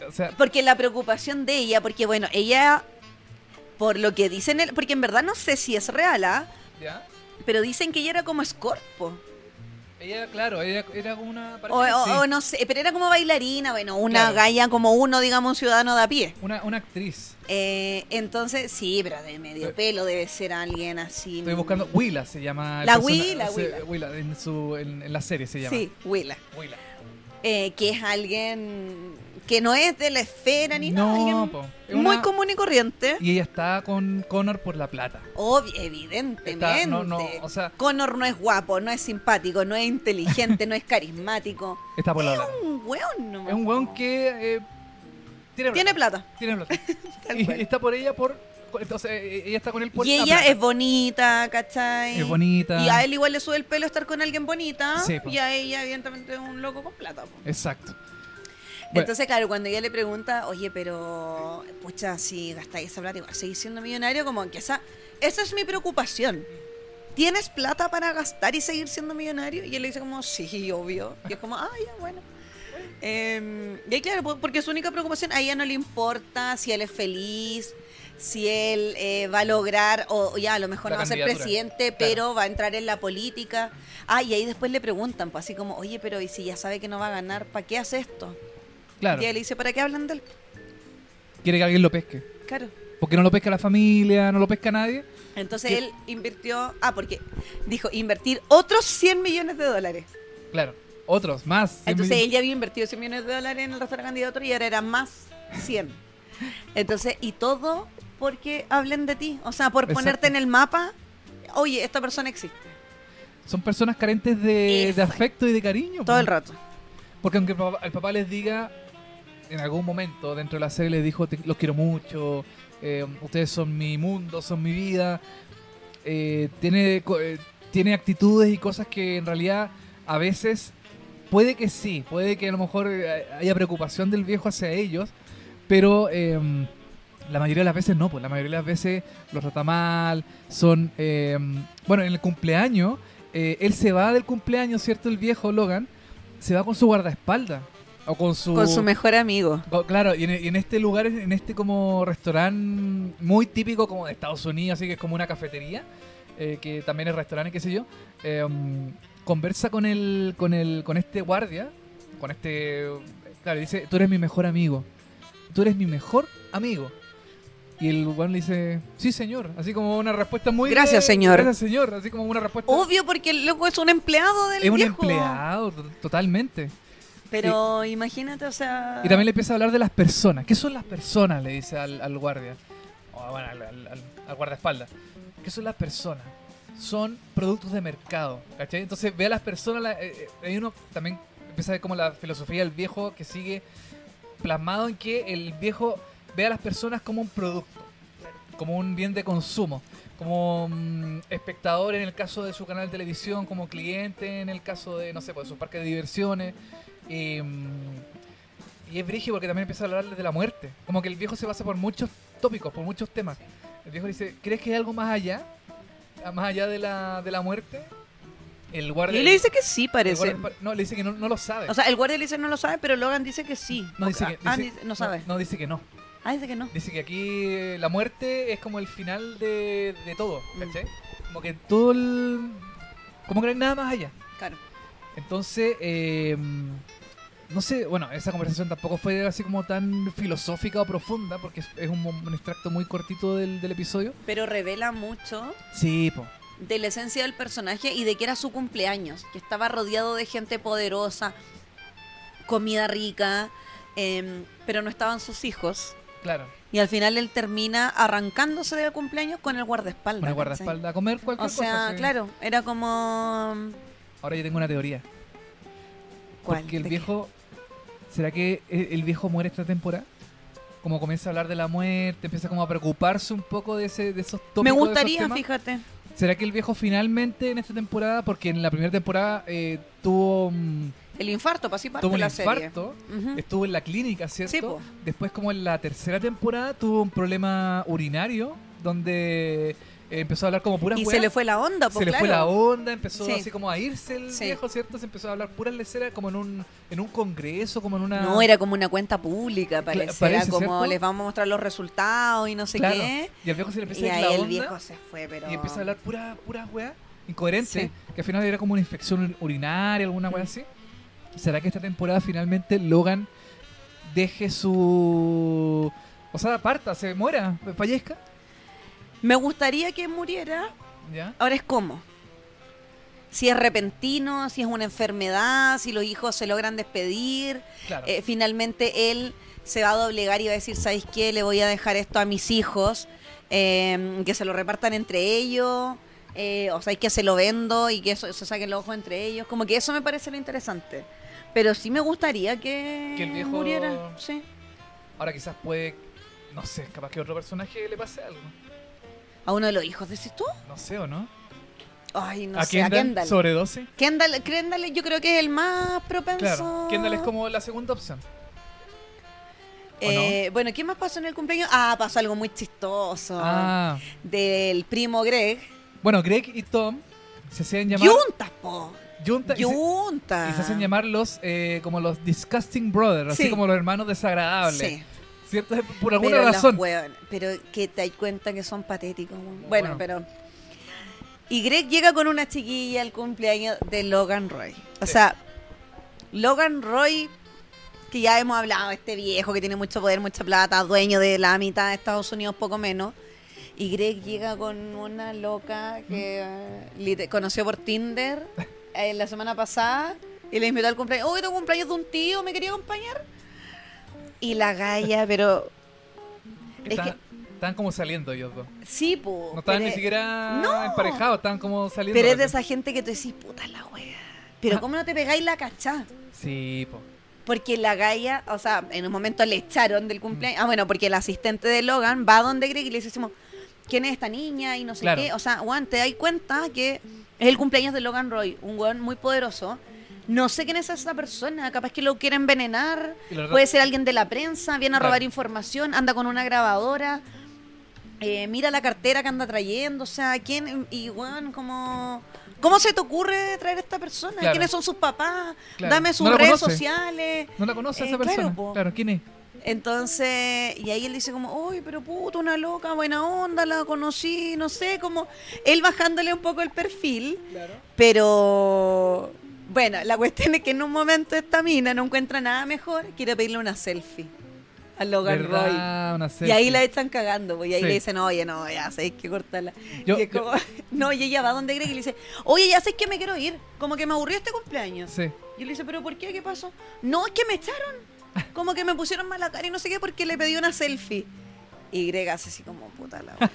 B: O sea,
C: Porque la preocupación de ella, porque bueno, ella, por lo que dicen, el- porque en verdad no sé si es real, ¿ah?
B: ya.
C: Pero dicen que ella era como escorpo.
B: Ella, claro, ella era como una.
C: O,
B: parece que
C: o-
B: sí,
C: o Oh, no sé, pero era como bailarina, bueno, una
B: Claro.
C: galla como uno, digamos, un ciudadano de a pie.
B: Una, una actriz.
C: Eh, entonces, sí, pero de medio
B: Eh,
C: pelo debe ser alguien así.
B: Estoy buscando. Willa se llama. el
C: La
B: persona-
C: Willa,
B: se-
C: Willa.
B: Willa, en, su, en, en la serie se llama.
C: Sí, Willa.
B: Willa.
C: eh, que es alguien que no es de la esfera ni
B: No,
C: nada, alguien
B: po. Es
C: muy
B: una-
C: común y corriente.
B: Y ella está con Connor por la plata.
C: Obvio, evidentemente.
B: Está- no, no, o sea-
C: Connor no es guapo, no es simpático, no es inteligente, no es carismático.
B: Está por la plata.
C: Un weón nomás.
B: Es un weón que eh, tiene,
C: Tiene
B: plata.
C: plata.
B: Tiene plata.
C: Tal
B: y
C: cual.
B: está por ella por. Entonces, eh, ella está con él por
C: Y
B: la
C: ella
B: plata.
C: es bonita, ¿cachai?
B: Es bonita.
C: Y a él igual le sube el pelo estar con alguien bonita.
B: Sí, po.
C: y a ella, evidentemente, es un loco con plata. po.
B: Exacto. Bueno.
C: Entonces, claro, cuando ella le pregunta, oye, pero, pucha, si gastáis esa plata, igual seguís siendo millonario, como que esa, esa es mi preocupación. ¿Tienes plata para gastar y seguir siendo millonario? Y él le dice como, sí, obvio. Y es como, ah, ya, bueno. Em, y ahí, claro, po- porque su única preocupación, a ella no le importa si él es feliz, si él eh, va a lograr, o o ya, a lo mejor
B: La
C: no va a ser
B: candidatura.
C: presidente, pero va a entrar en la política. Ah, y ahí después le preguntan, pues así como, oye, pero, ¿y si ya sabe que no va a ganar, para qué hace esto?
B: Claro.
C: Y él le dice, ¿para qué hablan de él?
B: Quiere que alguien lo pesque.
C: Claro.
B: Porque no lo pesca la familia, no lo pesca nadie.
C: Entonces
B: ¿Qué?
C: él invirtió, ah, porque dijo, invertir otros 100 millones de dólares.
B: Claro. Otros, más. cien
C: Entonces
B: millones.
C: él ya había invertido 100 millones de dólares en el resto de candidatura y ahora era más 100. Entonces, y todo porque hablen de ti, o sea, por
B: Exacto.
C: ponerte en el mapa, oye, esta persona existe.
B: Son personas carentes de, de
C: Exacto.
B: afecto y de cariño.
C: Todo
B: po.
C: el rato.
B: Porque aunque el papá, el papá les diga, en algún momento dentro de la serie les dijo, "Te- los quiero mucho, eh, ustedes son mi mundo, son mi vida, eh, tiene, co- eh, tiene actitudes y cosas que en realidad a veces puede que sí, puede que a lo mejor eh, haya preocupación del viejo hacia ellos, pero eh, la mayoría de las veces no, pues la mayoría de las veces los trata mal, son... eh, bueno, en el cumpleaños, eh, él se va del cumpleaños, ¿cierto? El viejo Logan se va con su guardaespaldas o con su...
C: Con su mejor amigo.
B: Co- Claro, y en, y en este lugar, en este como restaurante muy típico como de Estados Unidos, así que es como una cafetería, eh, que también es restaurante, qué sé yo, eh, mm, conversa con el, con el, con este guardia, con este, claro, dice, tú eres mi mejor amigo, tú eres mi mejor amigo. Y el guardia le dice, sí señor, así como una respuesta muy... de-
C: Gracias, señor.
B: Gracias señor, así como una respuesta...
C: Obvio, porque el loco es un empleado del
B: es un
C: viejo.
B: empleado, to- totalmente.
C: Pero imagínate, o sea.
B: Y también le empieza a hablar de las personas. ¿Qué son las personas? Le dice al, al guardia. O, bueno, al, al- al- al guardaespaldas. ¿Qué son las personas? Son productos de mercado. ¿Cachai? Entonces ve a las personas. la- eh, eh, hay uno también empieza a ver como la filosofía del viejo que sigue plasmado en que el viejo ve a las personas como un producto, como un bien de consumo, como mm, espectador en el caso de su canal de televisión, como cliente en el caso de, no sé, pues, su parque de diversiones. Y, mm, y es brígido porque también empieza a hablarles de la muerte. Como que el viejo se basa por muchos tópicos, por muchos temas. El viejo dice, ¿crees que hay algo más allá? Ah, Más allá de la, de la muerte. El guardia...
C: Y le dice que sí,
B: el
C: parece.
B: guardia- no, le dice que no, no lo sabe.
C: O sea, el guardia le dice no lo sabe, pero Logan dice que sí.
B: no dice que...
C: Ah,
B: dice-
C: dice- no sabe.
B: no dice que no.
C: Ah, dice que no.
B: Dice que aquí eh, la muerte es como el final de, de todo, ¿cachai? Como que todo el... Como que no hay nada más allá.
C: Claro.
B: Entonces, eh, no sé, bueno, esa conversación tampoco fue así como tan filosófica o profunda, porque es, es un, mo- un extracto muy cortito del, del episodio.
C: Pero revela mucho
B: Sí, po.
C: de la esencia del personaje y de que era su cumpleaños, que estaba rodeado de gente poderosa, comida rica, em, pero no estaban sus hijos.
B: Claro,
C: Y al final él termina arrancándose del cumpleaños con el guardaespaldas.
B: una
C: ¿cachai?
B: guardaespaldas, a comer cualquier
C: O sea,
B: cosa. sí.
C: claro, era como... mm,
B: Ahora yo tengo una teoría.
C: ¿Cuál?
B: Porque el
C: ¿De qué?
B: viejo. ¿Será que e-, el el viejo muere esta temporada? Como comienza a hablar de la muerte, empieza como a preocuparse un poco de, ese, de esos tópicos.
C: Me
B: de esos
C: gustaría,
B: temas.
C: fíjate.
B: ¿Será que el viejo finalmente en esta temporada, porque en la primera temporada eh, tuvo, mm,
C: El infarto, para así parte
B: tuvo un
C: la
B: infarto,
C: serie. Ujú.
B: estuvo en la clínica, ¿cierto?
C: Sí, po.
B: Después, como en la tercera temporada, tuvo un problema urinario, donde eh, empezó a hablar como puras
C: Y se
B: weas.
C: le fue la onda, pues
B: Se le
C: claro.
B: fue la onda, empezó
C: Sí.
B: así como a irse el
C: Sí.
B: viejo, ¿cierto? Se empezó a hablar puras leceras como en un, en un congreso, como en una...
C: No, era como una cuenta pública, parece.
B: parece,
C: era como
B: ¿cierto?
C: les vamos a mostrar los resultados y no sé
B: Claro.
C: qué.
B: Y al viejo se le empieza a
C: Y
B: ir
C: ahí
B: la
C: el
B: onda
C: viejo se fue, pero...
B: y empieza a hablar puras puras weas incoherentes,
C: Sí.
B: que al final era como una infección urinaria, alguna wea así. ¿Será que esta temporada finalmente Logan deje su... O sea, aparta, se muera, fallezca?
C: Me gustaría que muriera,
B: ¿Ya?
C: Ahora es cómo. Si es repentino, si es una enfermedad, si los hijos se logran despedir.
B: Claro.
C: Eh, finalmente él se va a doblegar y va a decir, ¿sabéis qué? Le voy a dejar esto a mis hijos, eh, que se lo repartan entre ellos. eh, o sea, que se lo vendo y que eso, se saquen los ojos entre ellos. Como que eso me parece lo interesante. Pero sí me gustaría que,
B: Que el viejo-
C: muriera. Sí.
B: Ahora quizás puede... No sé, capaz que a otro personaje le pase algo.
C: A uno de los hijos, decís tú.
B: No sé, ¿o no?
C: Ay, no
B: ¿A
C: sé, a Kendall.
B: ¿Sobredosis?
C: Kendall, Kendall yo creo que es el más propenso.
B: Claro, Kendall es como la segunda opción. ¿O
C: Eh, Bueno, ¿qué más pasó en el cumpleaños? Ah, pasó algo muy chistoso.
B: Ah,
C: Del primo Greg.
B: bueno, Greg y Tom se hacían llamar
C: Yuntas, po.
B: Junta- y se-
C: Yuntas.
B: y se hacen llamar los eh, como los disgusting brothers, así
C: Sí.
B: como los hermanos desagradables.
C: Sí.
B: ¿Cierto? Por alguna
C: pero los
B: razón.
C: hueones- pero que te das cuenta que son patéticos. weón.
B: Bueno.
C: Bueno, pero. Y Greg llega con una chiquilla al cumpleaños de Logan Roy. O
B: Sí.
C: sea, Logan Roy, que ya hemos hablado, este viejo que tiene mucho poder, mucha plata, dueño de la mitad de Estados Unidos, poco menos. Y Greg llega con una loca que eh, lite- conoció por Tinder eh, la semana pasada y le invitó al cumpleaños. Hoy tengo cumpleaños de un tío, ¿me quería acompañar? Y la galla, pero. es
B: Está,
C: que-
B: está Estaban como saliendo ellos dos.
C: Sí, po.
B: No estaban
C: pero-
B: ni siquiera
C: No.
B: emparejados, estaban como saliendo.
C: Pero es
B: acá.
C: de esa gente que tú decís, puta la wea. Pero ¿cómo no te pegáis la cachá?
B: Sí, po.
C: Porque la Gaia, o sea, en un momento le echaron del cumpleaños. Ah, bueno, porque el asistente de Logan va donde Greg y le dice, como, ¿quién es esta niña? Y no sé
B: Claro.
C: qué. O sea, Juan, te das cuenta que es el cumpleaños de Logan Roy, un weón muy poderoso. No sé quién es esa persona, capaz que lo quiere envenenar,
B: Y la
C: puede
B: verdad-
C: ser alguien de la prensa, viene a robar
B: Claro.
C: información, anda con una grabadora, eh, mira la cartera que anda trayendo, o sea, ¿quién? Y weón, como... ¿Cómo se te ocurre traer a esta persona?
B: Claro.
C: ¿Quiénes son sus papás?
B: Claro.
C: Dame sus
B: No lo
C: redes
B: conoce.
C: sociales.
B: No la conoce
C: Eh,
B: esa
C: claro,
B: persona. Claro,
C: po.
B: ¿quién es?
C: Entonces, y ahí él dice como, uy, pero puto, una loca, buena onda, la conocí, no sé, como él bajándole un poco el perfil,
B: Claro.
C: pero bueno, la cuestión es que en un momento esta mina no encuentra nada mejor, quiere pedirle una selfie a Logan Roy.
B: ¿Verdad? Una
C: Y ahí
B: selfie.
C: la están cagando, pues, y ahí
B: Sí.
C: le dicen, oye, no, ya sabéis que cortarla.
B: Yo-
C: y es como, no, y ella va donde Greg y le dice, oye, ya sabéis que me quiero ir, como que me aburrió este cumpleaños.
B: Sí.
C: Yo le dije, ¿pero por qué? ¿Qué pasó? No, es que me echaron. Como que me pusieron mala cara y no sé qué porque le pedí una selfie. Y Greg hace así como, puta la wea".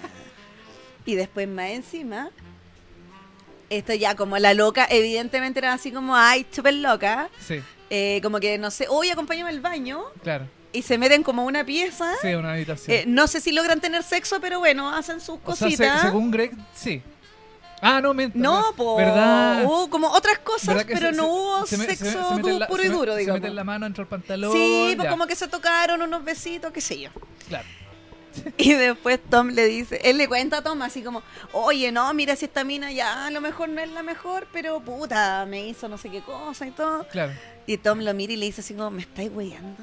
C: Y después más encima, esto ya como la loca, evidentemente era así como, ay, súper loca.
B: Sí,
C: Eh, como que no sé, oye, acompáñame al baño.
B: claro.
C: Y se meten como a una pieza.
B: Sí, una habitación.
C: Eh, no sé si logran tener sexo, pero bueno, hacen sus
B: o sea,
C: cositas.
B: se- según Greg, sí. Ah, no, miento.
C: No,
B: miento.
C: po. Oh,
B: ¿Verdad?
C: Hubo como otras cosas,
B: ¿Verdad que
C: pero
B: se-
C: no
B: se-
C: hubo
B: se me- se me-
C: sexo
B: se meten la-
C: puro
B: se
C: y
B: me-
C: duro,
B: Se
C: digamos.
B: meten la mano entre el pantalón.
C: Sí, pues
B: ya.
C: como que se tocaron unos besitos, qué sé yo.
B: Claro.
C: Y después Tom le dice, él le cuenta a Tom así como, oye, no, mira si esta mina ya a lo mejor no es la mejor, pero puta, me hizo no sé qué cosa y todo.
B: Claro.
C: Y Tom lo mira y le dice así como, ¿me estáis weyando?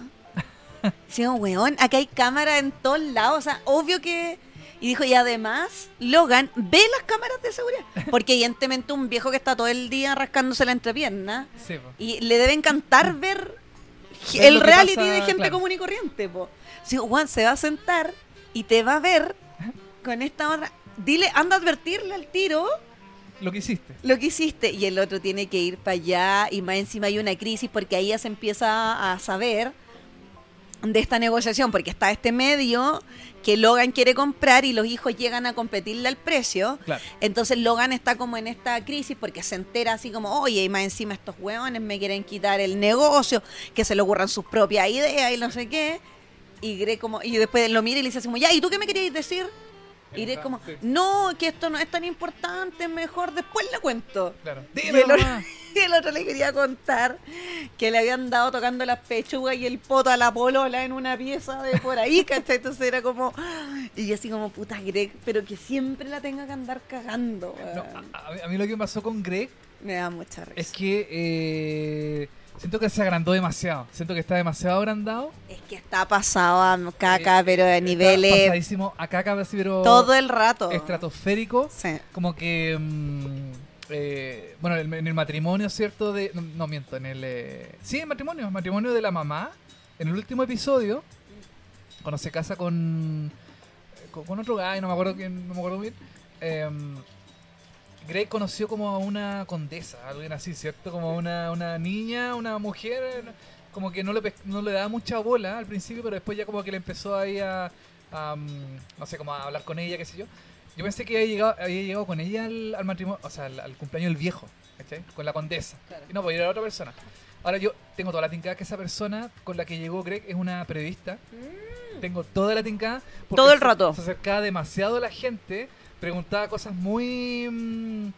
C: Así como, weón, acá hay cámara en todos lados, o sea, obvio que... Y dijo, y además, Logan ve las cámaras de seguridad. Porque evidentemente un viejo que está todo el día rascándose la entrepierna,
B: Sí, po.
C: y le debe encantar ver
B: Mm. Ver
C: el
B: lo que
C: reality
B: pasa,
C: de gente
B: claro.
C: común y corriente, po. Si Juan se va a sentar y te va a ver con esta otra. Dile, anda a advertirle al tiro
B: Lo que hiciste.
C: lo que hiciste. Y el otro tiene que ir para allá y más encima hay una crisis porque ahí ya se empieza a saber de esta negociación porque está este medio que Logan quiere comprar y los hijos llegan a competirle al precio.
B: Claro.
C: Entonces Logan está como en esta crisis porque se entera así como, oye, y más encima estos hueones me quieren quitar el negocio, que se le ocurran sus propias ideas y no sé qué. Y Greg como, y después lo mira y le dice así como, ya, ¿y tú qué me querías decir? Y Greg como,
B: Sí.
C: no, que esto no es tan importante, mejor después le cuento.
B: Claro.
C: Y
B: Dime,
C: el, otro,
B: mamá.
C: y el otro le quería contar que le habían dado tocando las pechugas y el poto a la polola en una pieza de por ahí, ¿cachai? Entonces era como. Y yo así como, puta Greg, pero que siempre la tenga que andar cagando.
B: No,
C: weón.
B: a, a mí- a mí lo que me pasó con Greg
C: Me da mucha risa.
B: es que eh, siento que se agrandó demasiado. Siento que está demasiado agrandado.
C: Es que está pasado a caca,
B: Eh,
C: pero a
B: Está
C: niveles
B: pasadísimo acá acá así, pero
C: todo el rato.
B: estratosférico.
C: Sí.
B: Como que. mm, eh, bueno, en en el matrimonio, ¿cierto? De, no, no, miento, en el. eh, sí, en matrimonio, matrimonio de la mamá. En el último episodio, cuando se casa con. eh, con, con otro guy, no me acuerdo quién, no me acuerdo bien. eh, Greg conoció como a una condesa, alguien así, ¿cierto? Como una, una niña, una mujer. eh, Como que no le, pes- no le daba mucha bola al principio, pero después ya como que le empezó ahí a. a, mm, no sé, como a hablar con ella, qué sé yo. Yo pensé que había llegado, había llegado con ella al, al matrimonio, o sea, al, al cumpleaños del viejo, ¿cachai? Con la condesa.
C: Claro.
B: Y no, pues era otra persona. Ahora yo tengo toda la tincada que esa persona con la que llegó Greg es una periodista. Tengo toda la tincada. porque
C: Todo el
B: se-
C: rato.
B: Se acercaba demasiado a la gente, preguntaba cosas muy... mm,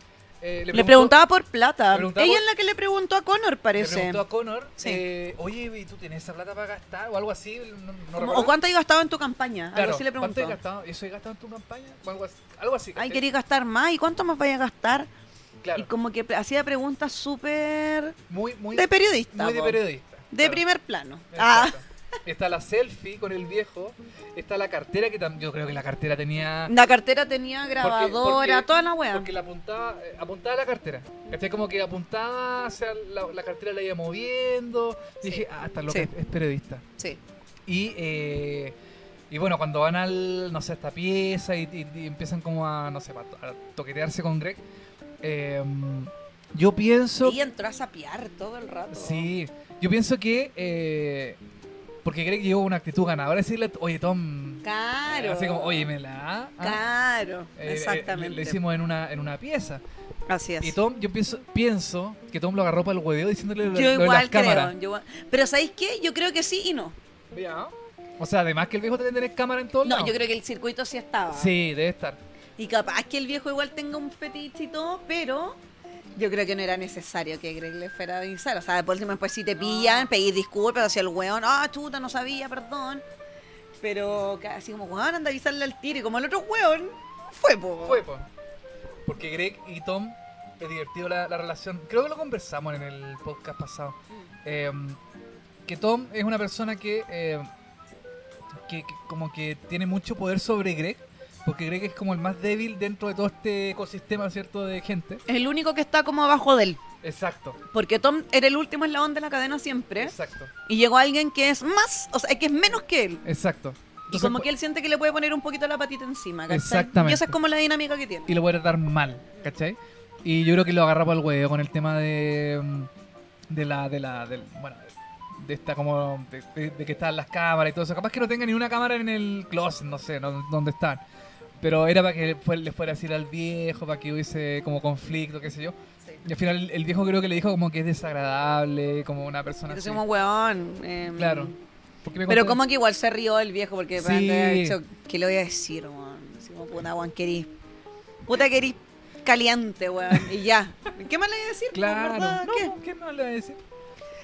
B: eh,
C: Le
B: preguntó-
C: preguntaba por plata.
B: le preguntaba
C: Ella
B: por-
C: es la que le preguntó a Connor,
B: le
C: parece.
B: preguntó a Connor,
C: Sí.
B: eh, oye, ¿y tú tienes esa plata para gastar? O algo así, no, no
C: Como,
B: recuerdo.
C: ¿O cuánto has gastado en tu campaña?
B: Claro,
C: Algo así le
B: ¿cuánto
C: preguntó.
B: he gastado? ¿Eso he gastado en tu campaña? O algo así. Algo así
C: Ay,
B: ¿cachai?
C: quería gastar más. ¿Y cuánto más vaya a gastar?
B: Claro,
C: Y como que pre- hacía preguntas súper
B: muy, muy,
C: de periodista.
B: muy de
C: po.
B: periodista.
C: De
B: claro.
C: primer plano. Ah,
B: Exacto. Está la selfie con el viejo. Está la cartera que tam- yo creo que la cartera tenía.
C: Ah, la cartera tenía
B: porque-
C: grabadora,
B: porque-
C: toda la wea.
B: Porque la apuntaba, eh, apuntaba la cartera. ¿Cachai? Como que apuntaba, o sea, la, la cartera la iba moviendo. Dije, ah, está loca,
C: Sí.
B: es periodista.
C: Sí.
B: Y, eh, y bueno, cuando van al, no sé, a esta pieza y, y- y empiezan como a, no sé, a, to- a toquetearse con Greg. eh, yo pienso
C: Y entró a sapear todo el rato.
B: Sí, yo pienso que. eh, porque Greg llevó una actitud ganadora. Decirle, oye, Tom,
C: Claro.
B: Así como, oye, me la. ah".
C: Claro,
B: Eh, eh,
C: exactamente.
B: Lo hicimos en una, en una pieza.
C: Así es.
B: Y Tom, yo pienso, pienso que Tom lo agarró para el hueveo diciéndole lo, lo
C: yo
B: de las
C: igual
B: cámaras.
C: creo. yo- pero ¿sabéis qué? Yo creo que sí y no.
B: O sea, además que el viejo debe tener cámara en todo
C: No, yo creo que el circuito sí estaba.
B: Sí, debe estar.
C: Y capaz que el viejo igual tenga un fetiche y todo, pero yo creo que no era necesario que Greg le fuera a avisar. O sea, por último, después si te pillan, pedís disculpas, hacia el weón, ah, chuta, no sabía, perdón. Pero así como, weón, anda a avisarle al tiro. Y como el otro weón, fue, po.
B: Fue, po. Porque Greg y Tom es divertido la, la relación. Creo que lo conversamos en el podcast pasado. Eh, que Tom es una persona que, eh, que, que como que tiene mucho poder sobre Greg. Porque Greg es como el más débil dentro de todo este ecosistema, ¿cierto? De gente.
C: Es el único que está como abajo de él.
B: Exacto.
C: Porque Tom era el último eslabón de la cadena siempre.
B: Exacto.
C: Y llegó alguien que es más, o sea, que es menos que él.
B: Exacto.
C: Y
B: Entonces, pues
C: como que él siente que le puede poner un poquito la patita encima, ¿cachai?
B: Exactamente.
C: Y esa es como la dinámica que tiene.
B: y lo voy a tratar mal, ¿cachai? Y yo creo que lo agarra por el huevo con el tema de. mm, de la. de la. del- bueno, de esta como. De, de- de que están las cámaras y todo eso. Capaz que no tenga ni una cámara en el closet, no sé, no, dónde están. Pero era para que fue- le fuera a decir al viejo, para que hubiese como conflicto, qué sé yo.
C: Sí.
B: Y al final el, el viejo creo que le dijo como que es desagradable, como una persona.
C: Entonces
B: así.
C: como, weón. em,
B: Ah, Claro. ¿Por qué me
C: Pero
B: contaste?
C: como que igual se rió el viejo porque de
B: Sí.
C: repente ha dicho, ¿qué le voy a decir, weón? Así como, puta, weón, querís. Puta, querís caliente, weón. Y ya. ¿Qué más le voy a decir?
B: Claro,
C: ¿Verdad?
B: no,
C: ¿Qué?
B: ¿qué? no le voy a decir?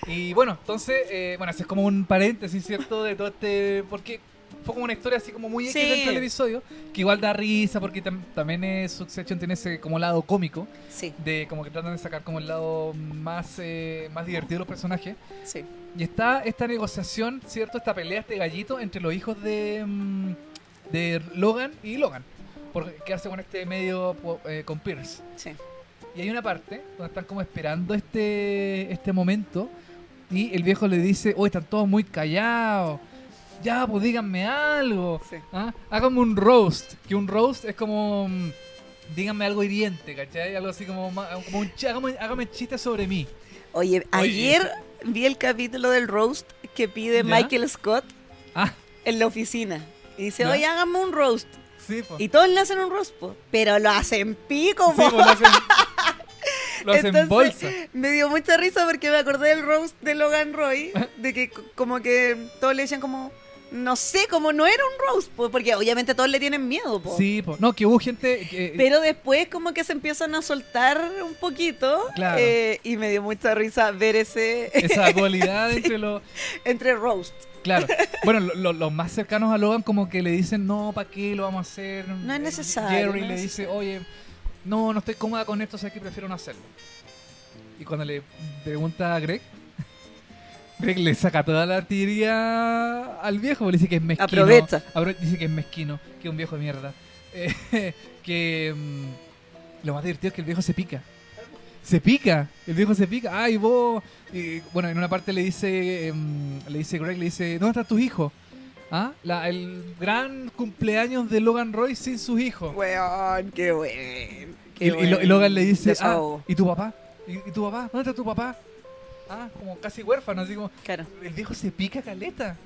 B: Y bueno, entonces, eh, bueno, ese es como un paréntesis, ¿cierto? De todo este. Porque fue como una historia así como muy X
C: Sí.
B: dentro del episodio, que igual da risa, porque tam- también eh, Succession tiene ese como lado cómico,
C: Sí,
B: de como que tratan de sacar como el lado más, eh, más divertido de los personajes.
C: sí.
B: Y está esta negociación, ¿cierto? Esta pelea, este gallito entre los hijos de, mm, de Logan y Logan, por quedarse con este medio po- eh, con Pierce.
C: sí.
B: Y hay una parte donde están como esperando este, este momento y el viejo le dice, oh, están todos muy callados, ya, pues díganme algo,
C: Sí.
B: ¿ah? háganme un roast, que un roast es como, mm, díganme algo hiriente, ¿cachai? Algo así como, ma- como un ch- hágame, hágame chiste sobre mí.
C: Oye, ayer vi el capítulo del roast que pide
B: ¿Ya?
C: Michael Scott
B: Ah,
C: en la oficina. Y dice,
B: ¿Ya?
C: oye, hágame un roast.
B: sí, pues.
C: Y todos le hacen un roast, po, pero lo hacen pico,
B: Sí,
C: po.
B: pues, lo hacen, lo hacen
C: Entonces,
B: bolsa.
C: Me dio mucha risa porque me acordé del roast de Logan Roy, de que co- como que todos le decían como, no sé, como no era un roast, po, porque obviamente todos le tienen miedo, po.
B: Sí, pues. No, que hubo gente... que-
C: Pero después como que se empiezan a soltar un poquito
B: Claro.
C: eh, y me dio mucha risa ver ese
B: esa dualidad entre los...
C: entre roast.
B: Claro. Bueno, lo- lo- los más cercanos a Logan como que le dicen, no, ¿para qué lo vamos a hacer?
C: No es
B: Eh,
C: necesario,
B: Jerry
C: no es
B: le dice, oye, no, no estoy cómoda con esto, sé que prefiero no hacerlo. Y cuando le pregunta a Greg, Greg le saca toda la artillería al viejo, le dice que es mezquino.
C: Aprovecha.
B: Apro- dice que es mezquino, que es un viejo de mierda. Eh, que mm, lo más divertido es que el viejo se pica. Se pica, el viejo se pica. Ay, vos. Y, bueno, en una parte le dice, em, le dice Greg, le dice, ¿dónde están tus hijos? ¿Ah? La- el gran cumpleaños de Logan Roy sin sus hijos.
C: Weón, qué buen.
B: Y, y Lo- y Logan le dice, ah,
C: Desahogo.
B: ¿y tu papá? ¿Y, y tu papá? ¿Dónde está tu papá? Ah, como casi huérfano, así como,
C: Claro.
B: el viejo se pica caleta.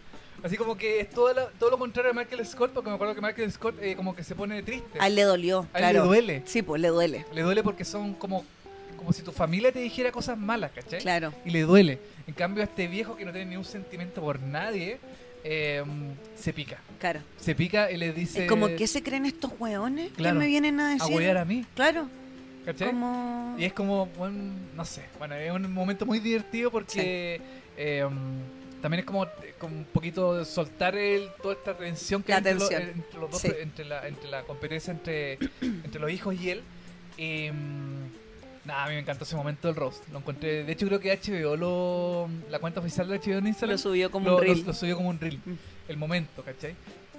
B: Así como que es todo, todo lo contrario de Michael Scott, porque me acuerdo que Michael Scott eh, como que se pone triste.
C: A él le dolió,
B: A él le
C: claro.
B: duele.
C: Sí, pues le duele.
B: Le duele porque son como, como si tu familia te dijera cosas malas, ¿cachai?
C: Claro.
B: y le duele. En cambio, a este viejo que no tiene ni un sentimiento por nadie, eh, se pica.
C: Claro.
B: Se pica y le dice.
C: Es como, ¿qué se creen estos weones?
B: Eh, Claro.
C: ¿Qué me vienen a
B: A
C: decir?
B: huear a mí,
C: Claro.
B: ¿cachai?
C: Como...
B: Y es como, bueno, no sé, bueno, es un momento muy divertido porque eh, um, también es como, eh, como un poquito soltar el, toda esta tensión que
C: La
B: hay entre, lo-
C: tensión.
B: entre los dos,
C: Sí.
B: entre, la, entre la competencia entre, entre los hijos y él. Y, mm, nada, a mí me encantó ese momento del roast. Lo encontré, de hecho creo que HBO, lo, la cuenta oficial de HBO en Instagram,
C: Lo subió como
B: lo,
C: un
B: lo-
C: reel.
B: lo subió como un reel.
C: Mm.
B: El momento, ¿cachai?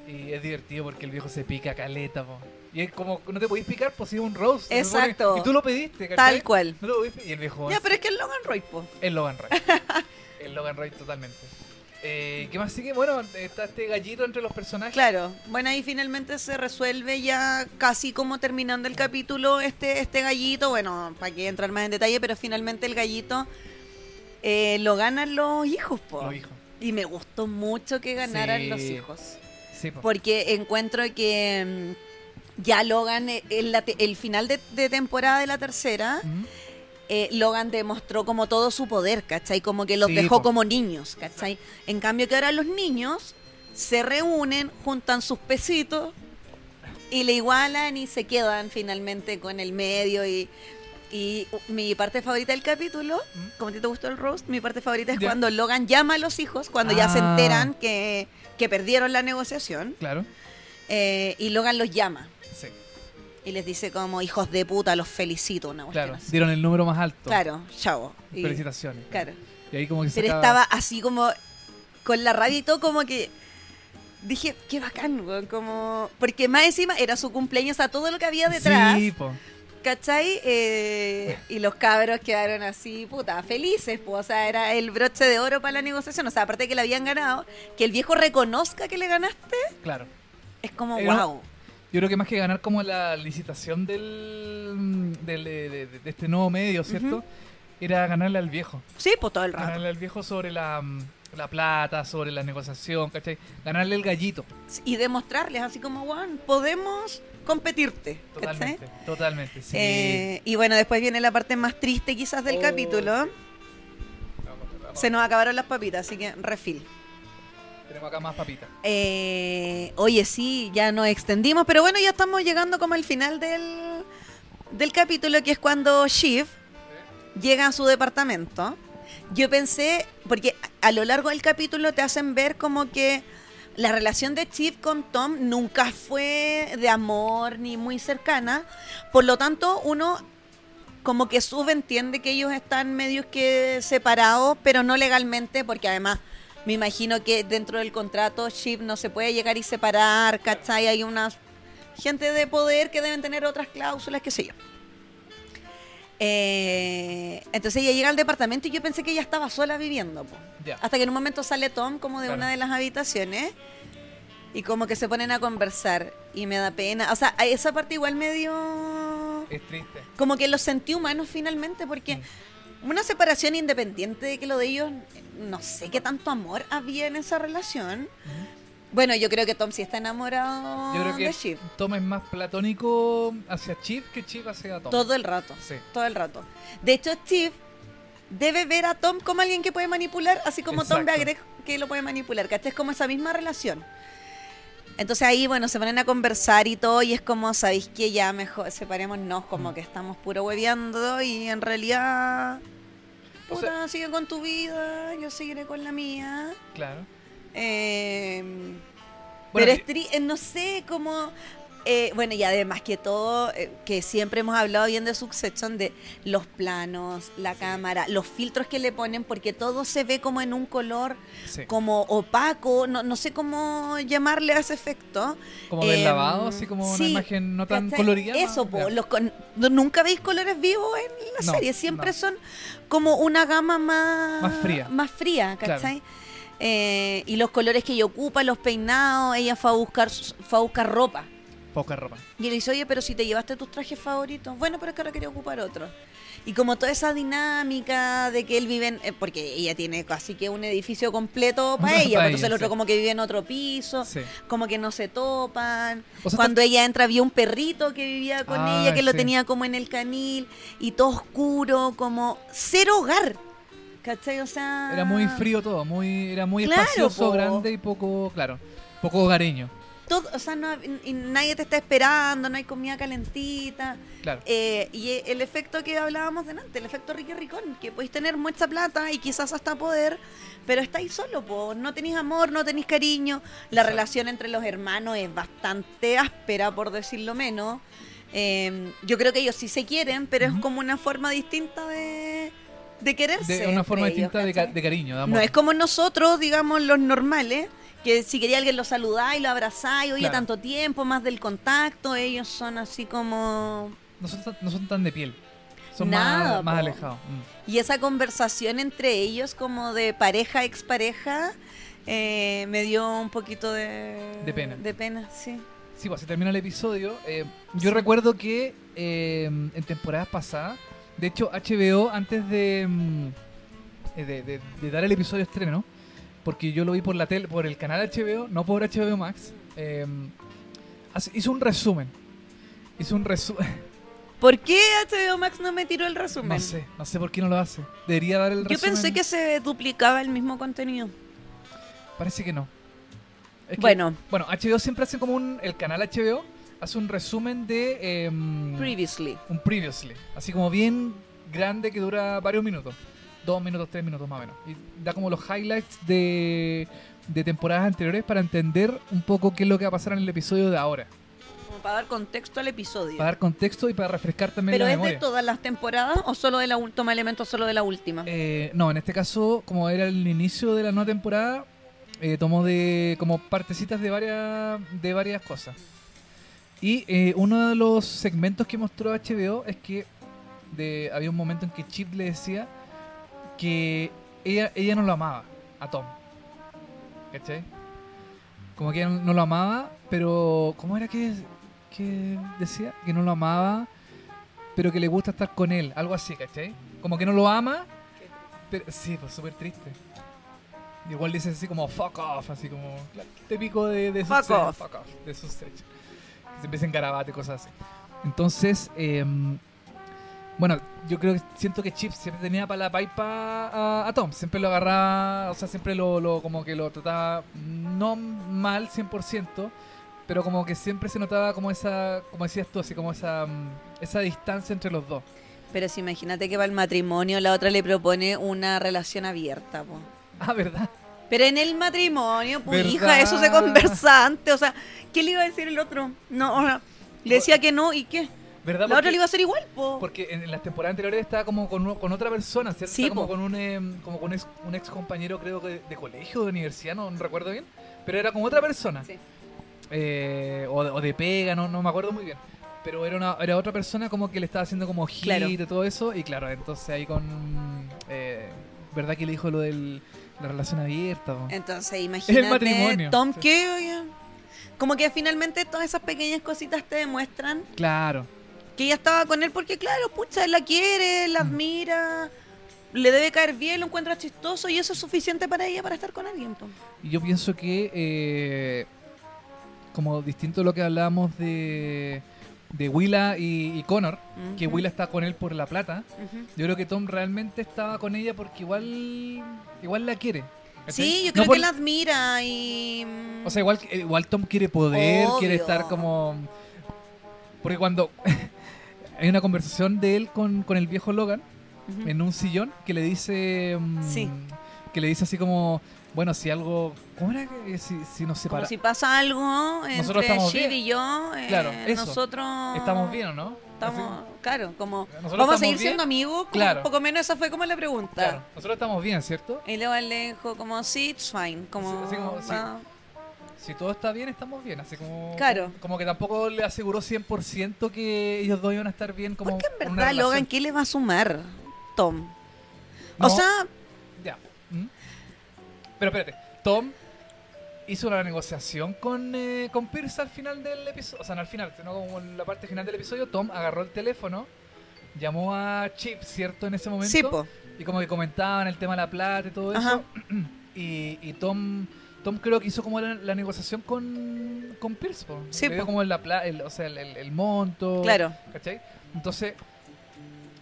B: Y es divertido porque el viejo se pica caleta, po. Y es como, no te podís picar, pues si es un roast. se supone.
C: Exacto.
B: y tú lo pediste, ¿cachai?
C: Tal cual.
B: No te podís picar. Y el viejo
C: Ya, pero es que el Logan Roy, po.
B: el Logan Roy. el Logan Roy totalmente. Eh, ¿Qué más sigue? Bueno, está este gallito entre los personajes.
C: Claro. Bueno, ahí finalmente se resuelve ya casi como terminando el capítulo este, este gallito. Bueno, para que entrar más en detalle, pero finalmente el gallito eh, lo ganan los hijos, po.
B: Los hijos.
C: Y me gustó mucho que ganaran
B: Sí.
C: los hijos.
B: Sí, po.
C: porque encuentro que mm, ya Logan, eh, en la te- el final de, de temporada de la tercera,
B: Ujú.
C: eh, Logan demostró como todo su poder, ¿cachai? Como que los
B: Sí,
C: dejó
B: po.
C: como niños, ¿cachai? En cambio que ahora los niños se reúnen, juntan sus pesitos y le igualan y se quedan finalmente con el medio y... y, uh, mi parte favorita del capítulo, como a ti te gustó el roast, mi parte favorita es
B: ¿Mm? Ya.
C: cuando Logan llama a los hijos, cuando ya se
B: Ah.
C: enteran que, que perdieron la negociación,
B: Claro.
C: eh, y Logan los llama
B: Sí,
C: y les dice como, hijos de puta, los felicito, una cuestión
B: claro.
C: así.
B: Dieron el número más alto.
C: Claro, chavo. Y-
B: Felicitaciones.
C: Claro.
B: Y ahí como que se
C: Pero
B: acaba-
C: estaba así como con la rabia y todo, como que dije, qué bacán, weón, como porque más encima era su cumpleaños, o sea, todo lo que había detrás,
B: Sí, po.
C: ¿cachai? Eh, y los cabros quedaron así, puta, felices, pues, o sea, era el broche de oro para la negociación, o sea, aparte de que le habían ganado, que el viejo reconozca que le ganaste,
B: Claro.
C: es como,
B: Era-
C: wow.
B: Yo creo que más que ganar como la licitación del, mm, del- de, de- de este nuevo medio, ¿cierto?
C: Ujú.
B: Era ganarle al viejo.
C: Sí, pues todo el rato.
B: Ganarle al viejo sobre la, mm, la plata, sobre la negociación, ¿cachai? Ganarle el gallito.
C: Y demostrarles así como, weón, podemos competirte, ¿cachai?
B: Totalmente, totalmente. Sí.
C: Eh, y bueno, después viene la parte más triste quizás del
B: Oh,
C: capítulo. Se nos acabaron las papitas, así que refil.
B: Tenemos acá más papitas.
C: Eh, oye, sí, ya nos extendimos, pero bueno, ya estamos llegando como al final del, del capítulo, que es cuando Shiv llega a su departamento. Yo pensé, porque a a lo largo del capítulo te hacen ver como que la relación de Shiv con Tom nunca fue de amor ni muy cercana. Por lo tanto, uno como que subentiende que ellos están medios que separados, pero no legalmente, porque además me imagino que dentro del contrato Chip no se puede llegar y separar, ¿cachai? Hay una gente de poder que deben tener otras cláusulas, qué sé yo. Eh, entonces ella llega al departamento y yo pensé que ella estaba sola viviendo. po.
B: Ya.
C: Hasta que en un momento sale Tom como de
B: Claro.
C: una de las habitaciones y como que se ponen a conversar y me da pena. O sea, a esa parte igual me dio
B: Es triste.
C: como que los sentí humanos finalmente, porque
B: Mm.
C: una separación independiente de que lo de ellos, no sé qué tanto amor había en esa relación. Bueno, yo creo que Tom sí está enamorado
B: Yo creo que
C: de Ah, Chip
B: Tom es más platónico hacia Chip que Chip hacia Tom.
C: todo el rato,
B: Sí.
C: todo el rato. De hecho, Chip debe ver a Tom como alguien que puede manipular, así como Tom ve a
B: Exacto.
C: Greg que lo puede manipular, ¿cachai? Es como esa misma relación. Entonces ahí, bueno, se ponen a conversar y todo, y es como, ¿sabéis que Ya mejor separémonos, como
B: Mm.
C: que estamos puro hueveando y en realidad...
B: O
C: Puta, sigue con tu vida, yo seguiré con la mía.
B: Claro.
C: Eh,
B: Bueno,
C: pero es tri- eh, no sé cómo. eh, bueno, y además que todo, eh, que siempre hemos hablado bien de Succession, de los planos, la cámara, los filtros que le ponen, porque todo se ve como en un color
B: sí.
C: como opaco, no, no sé cómo llamarle a ese efecto.
B: Como del
C: Em,
B: lavado, así como
C: sí,
B: una imagen no tan
C: ¿Cachai?
B: colorida.
C: Eso, po,
B: Ya.
C: los con- no- nunca veis colores vivos en la
B: No,
C: serie. Siempre
B: no.
C: son como una gama más,
B: Más fría.
C: Más fría,
B: Claro.
C: ¿cachai? Eh, y los colores que ella ocupa, los peinados, ella fue a buscar, su- fue a buscar ropa.
B: Poca ropa.
C: Y le dice, oye, pero si te llevaste tus trajes favoritos, bueno, pero es que ahora quería ocupar otro. Y como toda esa dinámica de que él vive en, eh, porque ella tiene casi que un edificio completo
B: Pa'
C: para ella,
B: ella,
C: pues, entonces el otro
B: sí.
C: como que vive en otro piso,
B: Sí.
C: como que no se topan.
B: O sea,
C: Cuando ella entra había un perrito que vivía con
B: Ah,
C: ella, que lo
B: sí.
C: tenía como en el canil, y todo oscuro, como cero hogar. ¿Cachai? O sea...
B: Era muy frío todo, muy, era muy
C: Ah. Claro,
B: espacioso,
C: po.
B: grande y poco, claro, poco hogareño,
C: todo- o sea, no, y nadie te está esperando, no hay comida calentita.
B: claro.
C: Eh, y e- el efecto que hablábamos delante, el efecto Ricky Ricón, que podéis tener mucha plata y quizás hasta poder, pero estáis solo, po. no tenéis amor, no tenéis cariño. La
B: Exacto.
C: relación entre los hermanos es bastante áspera, por decirlo menos. Eh, yo creo que ellos sí se quieren, pero es
B: Ujú.
C: como una forma distinta de, de quererse.
B: De una forma
C: entre ellos,
B: distinta de, ca-
C: ¿cachai?
B: de cariño, de amor.
C: No es como nosotros, digamos, los normales, que si quería alguien lo saludáis, lo abrazáis, oye,
B: Claro.
C: tanto tiempo, más del contacto, ellos son así como...
B: No son, tan- no son tan de piel, son
C: Nada,
B: más, más
C: po.
B: alejados. mm.
C: Y esa conversación entre ellos, como de pareja, expareja, eh, me dio un poquito de...
B: De pena.
C: De pena, sí.
B: Sí, pues así termina el episodio. Eh, yo recuerdo que eh, en temporadas pasadas, de hecho HBO antes de, mm, eh, de, de- de dar el episodio estreno, porque yo lo vi por la tele, por el canal HBO, no por HBO Max, eh, hace- hizo un resumen. Hizo un resumen.
C: ¿Por qué HBO Max no me tiró el resumen?
B: No sé, no sé por qué no lo hace. Debería dar el
C: Yo
B: resumen.
C: pensé que se duplicaba el mismo contenido.
B: Parece que no. Es que-
C: Bueno.
B: Bueno, HBO siempre hace como un. El canal HBO hace un resumen de. em,
C: Previously.
B: un previously. Así como bien grande que dura varios minutos. Dos minutos, tres minutos más o menos. Y da como los highlights de, de temporadas anteriores para entender un poco qué es lo que va a pasar en el episodio de ahora.
C: Como para dar contexto al episodio.
B: Para dar contexto y para refrescar también
C: ¿Pero
B: la
C: es
B: memoria.
C: de todas las temporadas o solo de la última? ¿Toma elementos solo de la última?
B: Eh, no, en este caso, como era el inicio de la nueva temporada, eh, tomó de como partecitas de varias, de varias cosas. Y eh, uno de los segmentos que mostró HBO es que de- había un momento en que Chip le decía que ella, ella no lo amaba a Tom. ¿Cachai? Como que ella no lo amaba, pero ¿cómo era que, que decía? Que no lo amaba, pero que le gusta estar con él, algo así, ¿cachai? Como que no lo ama, pero, sí, pues súper triste. Y Igual dice así como fuck off, así como la- típico de, de
C: Fuck
B: Succession,
C: off.
B: fuck off, de Succession. Que se empieza en garabato y cosas así. Entonces, em, bueno, yo creo que siento que Chip siempre tenía para la paipa a, a Tom. Siempre lo agarraba, o sea, siempre lo, lo- como que lo trataba no mal 100%, pero como que siempre se notaba como esa, como decías tú, así como esa, mm, esa distancia entre los dos.
C: Pero si imagínate que va el matrimonio, la otra le propone una relación abierta, po.
B: Ah, ¿verdad?
C: Pero en el matrimonio, pues
B: ¿Verdad?
C: hija, eso se conversa antes. O sea, ¿qué le iba a decir el otro? No, o sea, le decía que no y qué.
B: ¿Verdad?
C: La otra
B: Porque-
C: le iba a hacer igual, po.
B: Porque en las temporadas anteriores estaba como con, uno- con otra persona, ¿cierto?
C: Sí,
B: Estaba como
C: po.
B: con un, em, como con un ex, un ex compañero, creo que de colegio, de universidad, no, no recuerdo bien. Pero era con otra persona.
C: Sí.
B: Eh, o, de- o de pega, no, no me acuerdo muy bien. Pero era, una, era otra persona como que le estaba haciendo como hit
C: Claro.
B: y todo eso. Y claro, entonces ahí con. eh, ¿Verdad que le dijo lo de la relación abierta? po?
C: Entonces, imagínate.
B: El matrimonio.
C: Tom,
B: Sí.
C: que Como que finalmente todas esas pequeñas cositas te demuestran
B: Claro.
C: que ella estaba con él porque, claro, pucha, él la quiere, la
B: Mm.
C: admira, le debe caer bien, lo encuentra chistoso y eso es suficiente para ella para estar con alguien. po.
B: Y yo pienso que, eh, como distinto a lo que hablábamos de, de Willa y, y Connor, que
C: Ujú,
B: Willa está con él por la plata,
C: ujú.
B: yo creo que Tom realmente estaba con ella porque igual igual la quiere. ¿cachai?
C: Sí, yo
B: No
C: creo
B: por-
C: que la admira y... mm,
B: O sea, igual, igual Tom quiere poder,
C: Obvio.
B: quiere estar como... Porque cuando hay una conversación de él con, con el viejo Logan,
C: mm, ujú.
B: en un sillón que le dice mm,
C: Sí.
B: que le dice así como bueno si algo cómo era que si, si nos
C: Como
B: separa
C: si pasa algo
B: Nosotros
C: entre
B: estamos
C: Shiv
B: bien.
C: y yo, eh,
B: Claro, eso.
C: nosotros
B: estamos bien o no
C: Ah, estamos-
B: Así-
C: claro, como
B: Nosotros
C: vamos a
B: estamos
C: seguir
B: bien.
C: siendo amigos, como
B: Claro.
C: un poco menos esa fue como la pregunta.
B: claro nosotros estamos bien cierto
C: Y luego él le dijo como sí, it's fine, como,
B: Así- así como, sí.
C: ah,
B: si todo está bien estamos bien así como
C: Claro.
B: como que tampoco le aseguró 100% que ellos dos iban a estar bien como
C: porque en
B: una
C: verdad Logan
B: relación.
C: qué le va a sumar Tom.
B: No,
C: O sea,
B: ya ¿Mm? pero espérate Tom hizo una negociación con, eh, con Pierce al final del episodio o sea no al final sino como en la parte final del episodio Tom agarró el teléfono llamó a Chip cierto en ese momento
C: sí, po.
B: Y como que comentaban el tema de la plata y todo
C: Ajá.
B: eso. Y, y Tom Tom creo que hizo como la, la negociación con, con Pierce. po.
C: Sí,
B: Le dio
C: po.
B: como la pla- el, o sea, el, el- el monto.
C: Claro.
B: ¿Cachai? Entonces,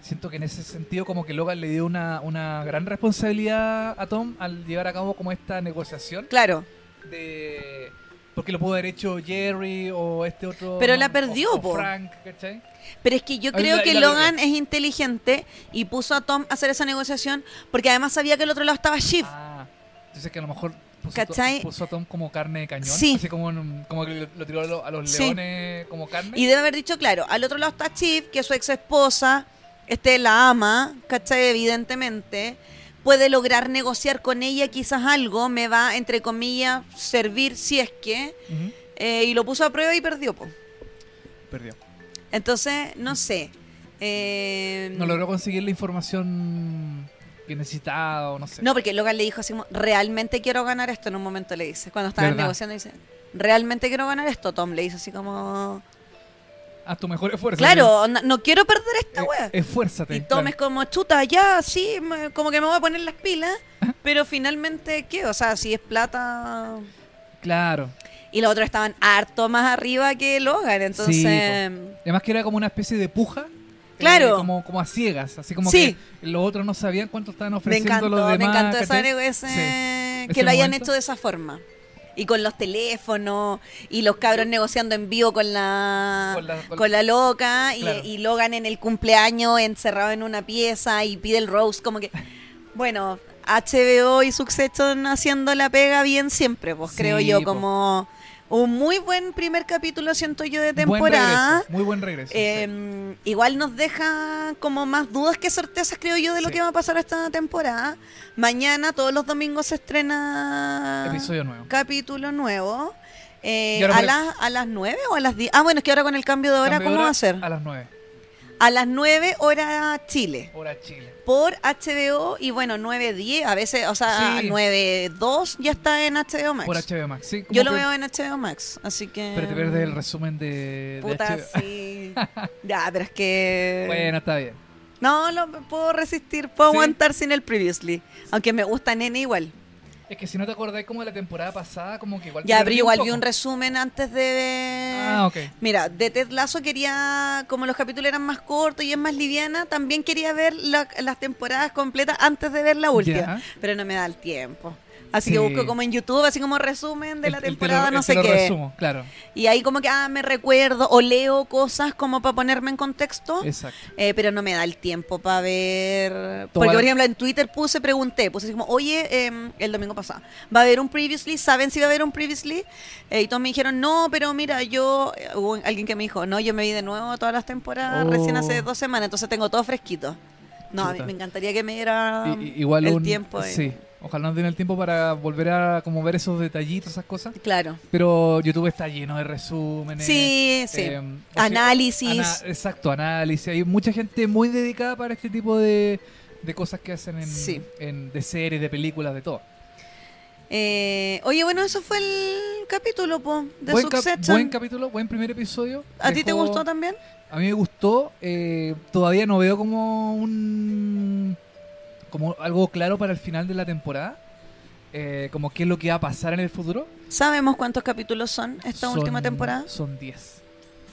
B: siento que en ese sentido como que Logan le dio una, una gran responsabilidad a Tom al llevar a cabo como esta negociación
C: Claro,
B: de... Porque lo pudo haber hecho Jerry o este otro...
C: Pero
B: ¿no?
C: la perdió,
B: o- o
C: po.
B: Frank, ¿cachai?
C: pero es que yo
B: Ahí
C: creo
B: la-
C: que
B: ahí la
C: Logan es inteligente y puso a Tom a hacer esa negociación porque además sabía que el otro lado estaba Shiv.
B: Ah, entonces que a lo mejor puso, a To-
C: ¿Cachai?
B: puso a Tom como carne de cañón.
C: Sí.
B: Así como, en- como que lo- lo tiró a lo- a los
C: Sí.
B: leones como carne.
C: Y debe haber dicho, claro, al otro lado está Chip, que es su ex esposa, este la ama, ¿cachai? Evidentemente. Puede lograr negociar con ella quizás algo, me va, entre comillas, servir si es que.
B: Ujú.
C: eh, y lo puso a prueba y perdió, po.
B: Perdió.
C: Entonces, no sé. eh,
B: No logró conseguir la información que necesitaba o no sé.
C: no, porque Logan le dijo así, como, realmente quiero ganar esto en un momento, le dice. Cuando estaban
B: ¿Verdad?
C: negociando, dice, realmente quiero ganar esto, Tom. Le hizo así como,
B: Haz tu mejor esfuerzo.
C: claro, no, no quiero perder
B: Eh,
C: esta wea.
B: esfuérzate.
C: Y tomes como chuta, ya, sí, me- como que me voy a poner las pilas, pero finalmente, ¿qué? O sea, si es plata...
B: Claro. claro.
C: Y los otros estaban harto más arriba que Logan. Entonces.
B: Sí, Además que era como una especie de puja. eh,
C: Claro.
B: como, como a ciegas, así como
C: Sí.
B: que los otros no sabían cuánto estaban
C: Me
B: ofreciendo
C: encantó,
B: los demás.
C: me encantó esa-
B: ¿cachai?
C: ese- que
B: Ese
C: lo hayan
B: momento.
C: hecho de esa forma. Y con los teléfonos, y los cabros negociando en vivo con la,
B: Con
C: con
B: la-
C: la,
B: con-
C: loca, y-
B: Claro.
C: y, Logan en el cumpleaños encerrado en una pieza y pide el roast, como que... Bueno, HBO y Succession haciendo la pega bien siempre, pues creo
B: Sí,
C: yo,
B: po.
C: como un muy buen primer capítulo, siento yo, de
B: Buen
C: temporada.
B: regreso, muy buen regreso. sí.
C: Eh, Igual nos deja como más dudas que certezas, creo yo, de lo
B: Sí.
C: que va a pasar esta temporada. Mañana, todos los domingos, se estrena
B: Episodio nuevo.
C: capítulo nuevo. Eh,
B: Y ahora
C: ¿a,
B: por-
C: las, ¿A las 9 o a las 10? Ah, bueno, es que ahora con el cambio de hora,
B: Cambio de
C: ¿cómo
B: hora
C: va a ser?
B: A las 9,
C: A las 9 hora Chile,
B: hora Chile.
C: por HBO y bueno, 9.10, a veces, o sea,
B: Sí.
C: 9.2 ya está en HBO Max.
B: Por HBO Max. Sí, como
C: yo lo
B: que-
C: veo en HBO Max, así que...
B: Pero te pierdes el resumen de, de
C: Puta,
B: HBO.
C: sí. Ya, pero es que...
B: Bueno, está bien.
C: No, lo puedo resistir, puedo
B: ¿Sí?
C: aguantar sin el previously. Aunque me gusta Nene igual.
B: Es que si no te acordáis como de la temporada pasada, como que igual... te
C: Ya, pero
B: perdí
C: igual vi
B: poco.
C: un resumen antes de.
B: Ah, ok.
C: Mira, de Ted Lasso quería, como los capítulos eran más cortos y es más liviana, también quería ver la- las temporadas completas antes de ver la última.
B: Ya.
C: Pero no me da el tiempo. Así
B: Sí.
C: que busco como en YouTube, así como resumen de
B: El-
C: la
B: el te lo-
C: temporada,
B: el
C: no
B: te
C: sé
B: lo
C: qué.
B: resumo, claro.
C: Y ahí como que, ah, me recuerdo o leo cosas como para ponerme en contexto.
B: Exacto.
C: Eh, pero no me da el tiempo para ver.
B: Toda
C: Porque,
B: la-
C: por ejemplo, en Twitter puse, pregunté, puse así como, oye, em, el domingo pasado, ¿va a haber un previously? ¿Saben si va a haber un previously? Eh, y todos me dijeron, no, pero mira, yo. eh, Hubo alguien que me dijo, no, yo me vi de nuevo todas las temporadas
B: Oh.
C: recién hace dos semanas, entonces tengo todo fresquito. No, a mí
B: Chuta.
C: me encantaría que me diera
B: I- i- igual
C: Ah, el
B: un-
C: tiempo. eh.
B: Sí. Ojalá nos den el tiempo para volver a como ver esos detallitos, esas cosas.
C: Claro.
B: Pero YouTube está lleno de resúmenes.
C: Sí, sí.
B: eh, o sea,
C: Análisis.
B: ana- exacto, análisis. Hay mucha gente muy dedicada para este tipo de, de cosas que hacen en,
C: Sí.
B: en- de series, de películas, de todo.
C: Eh, oye, bueno, eso fue el capítulo po, de
B: buen, cap- buen
C: Succession.
B: capítulo, buen primer episodio.
C: ¿A ti te
B: Dejó-
C: gustó también?
B: A mí me gustó. eh, todavía no veo como un. como algo claro para el final de la temporada. eh, como qué es lo que va a pasar en el futuro.
C: ¿Sabemos cuántos capítulos son esta
B: Son-
C: última temporada?
B: Son 10.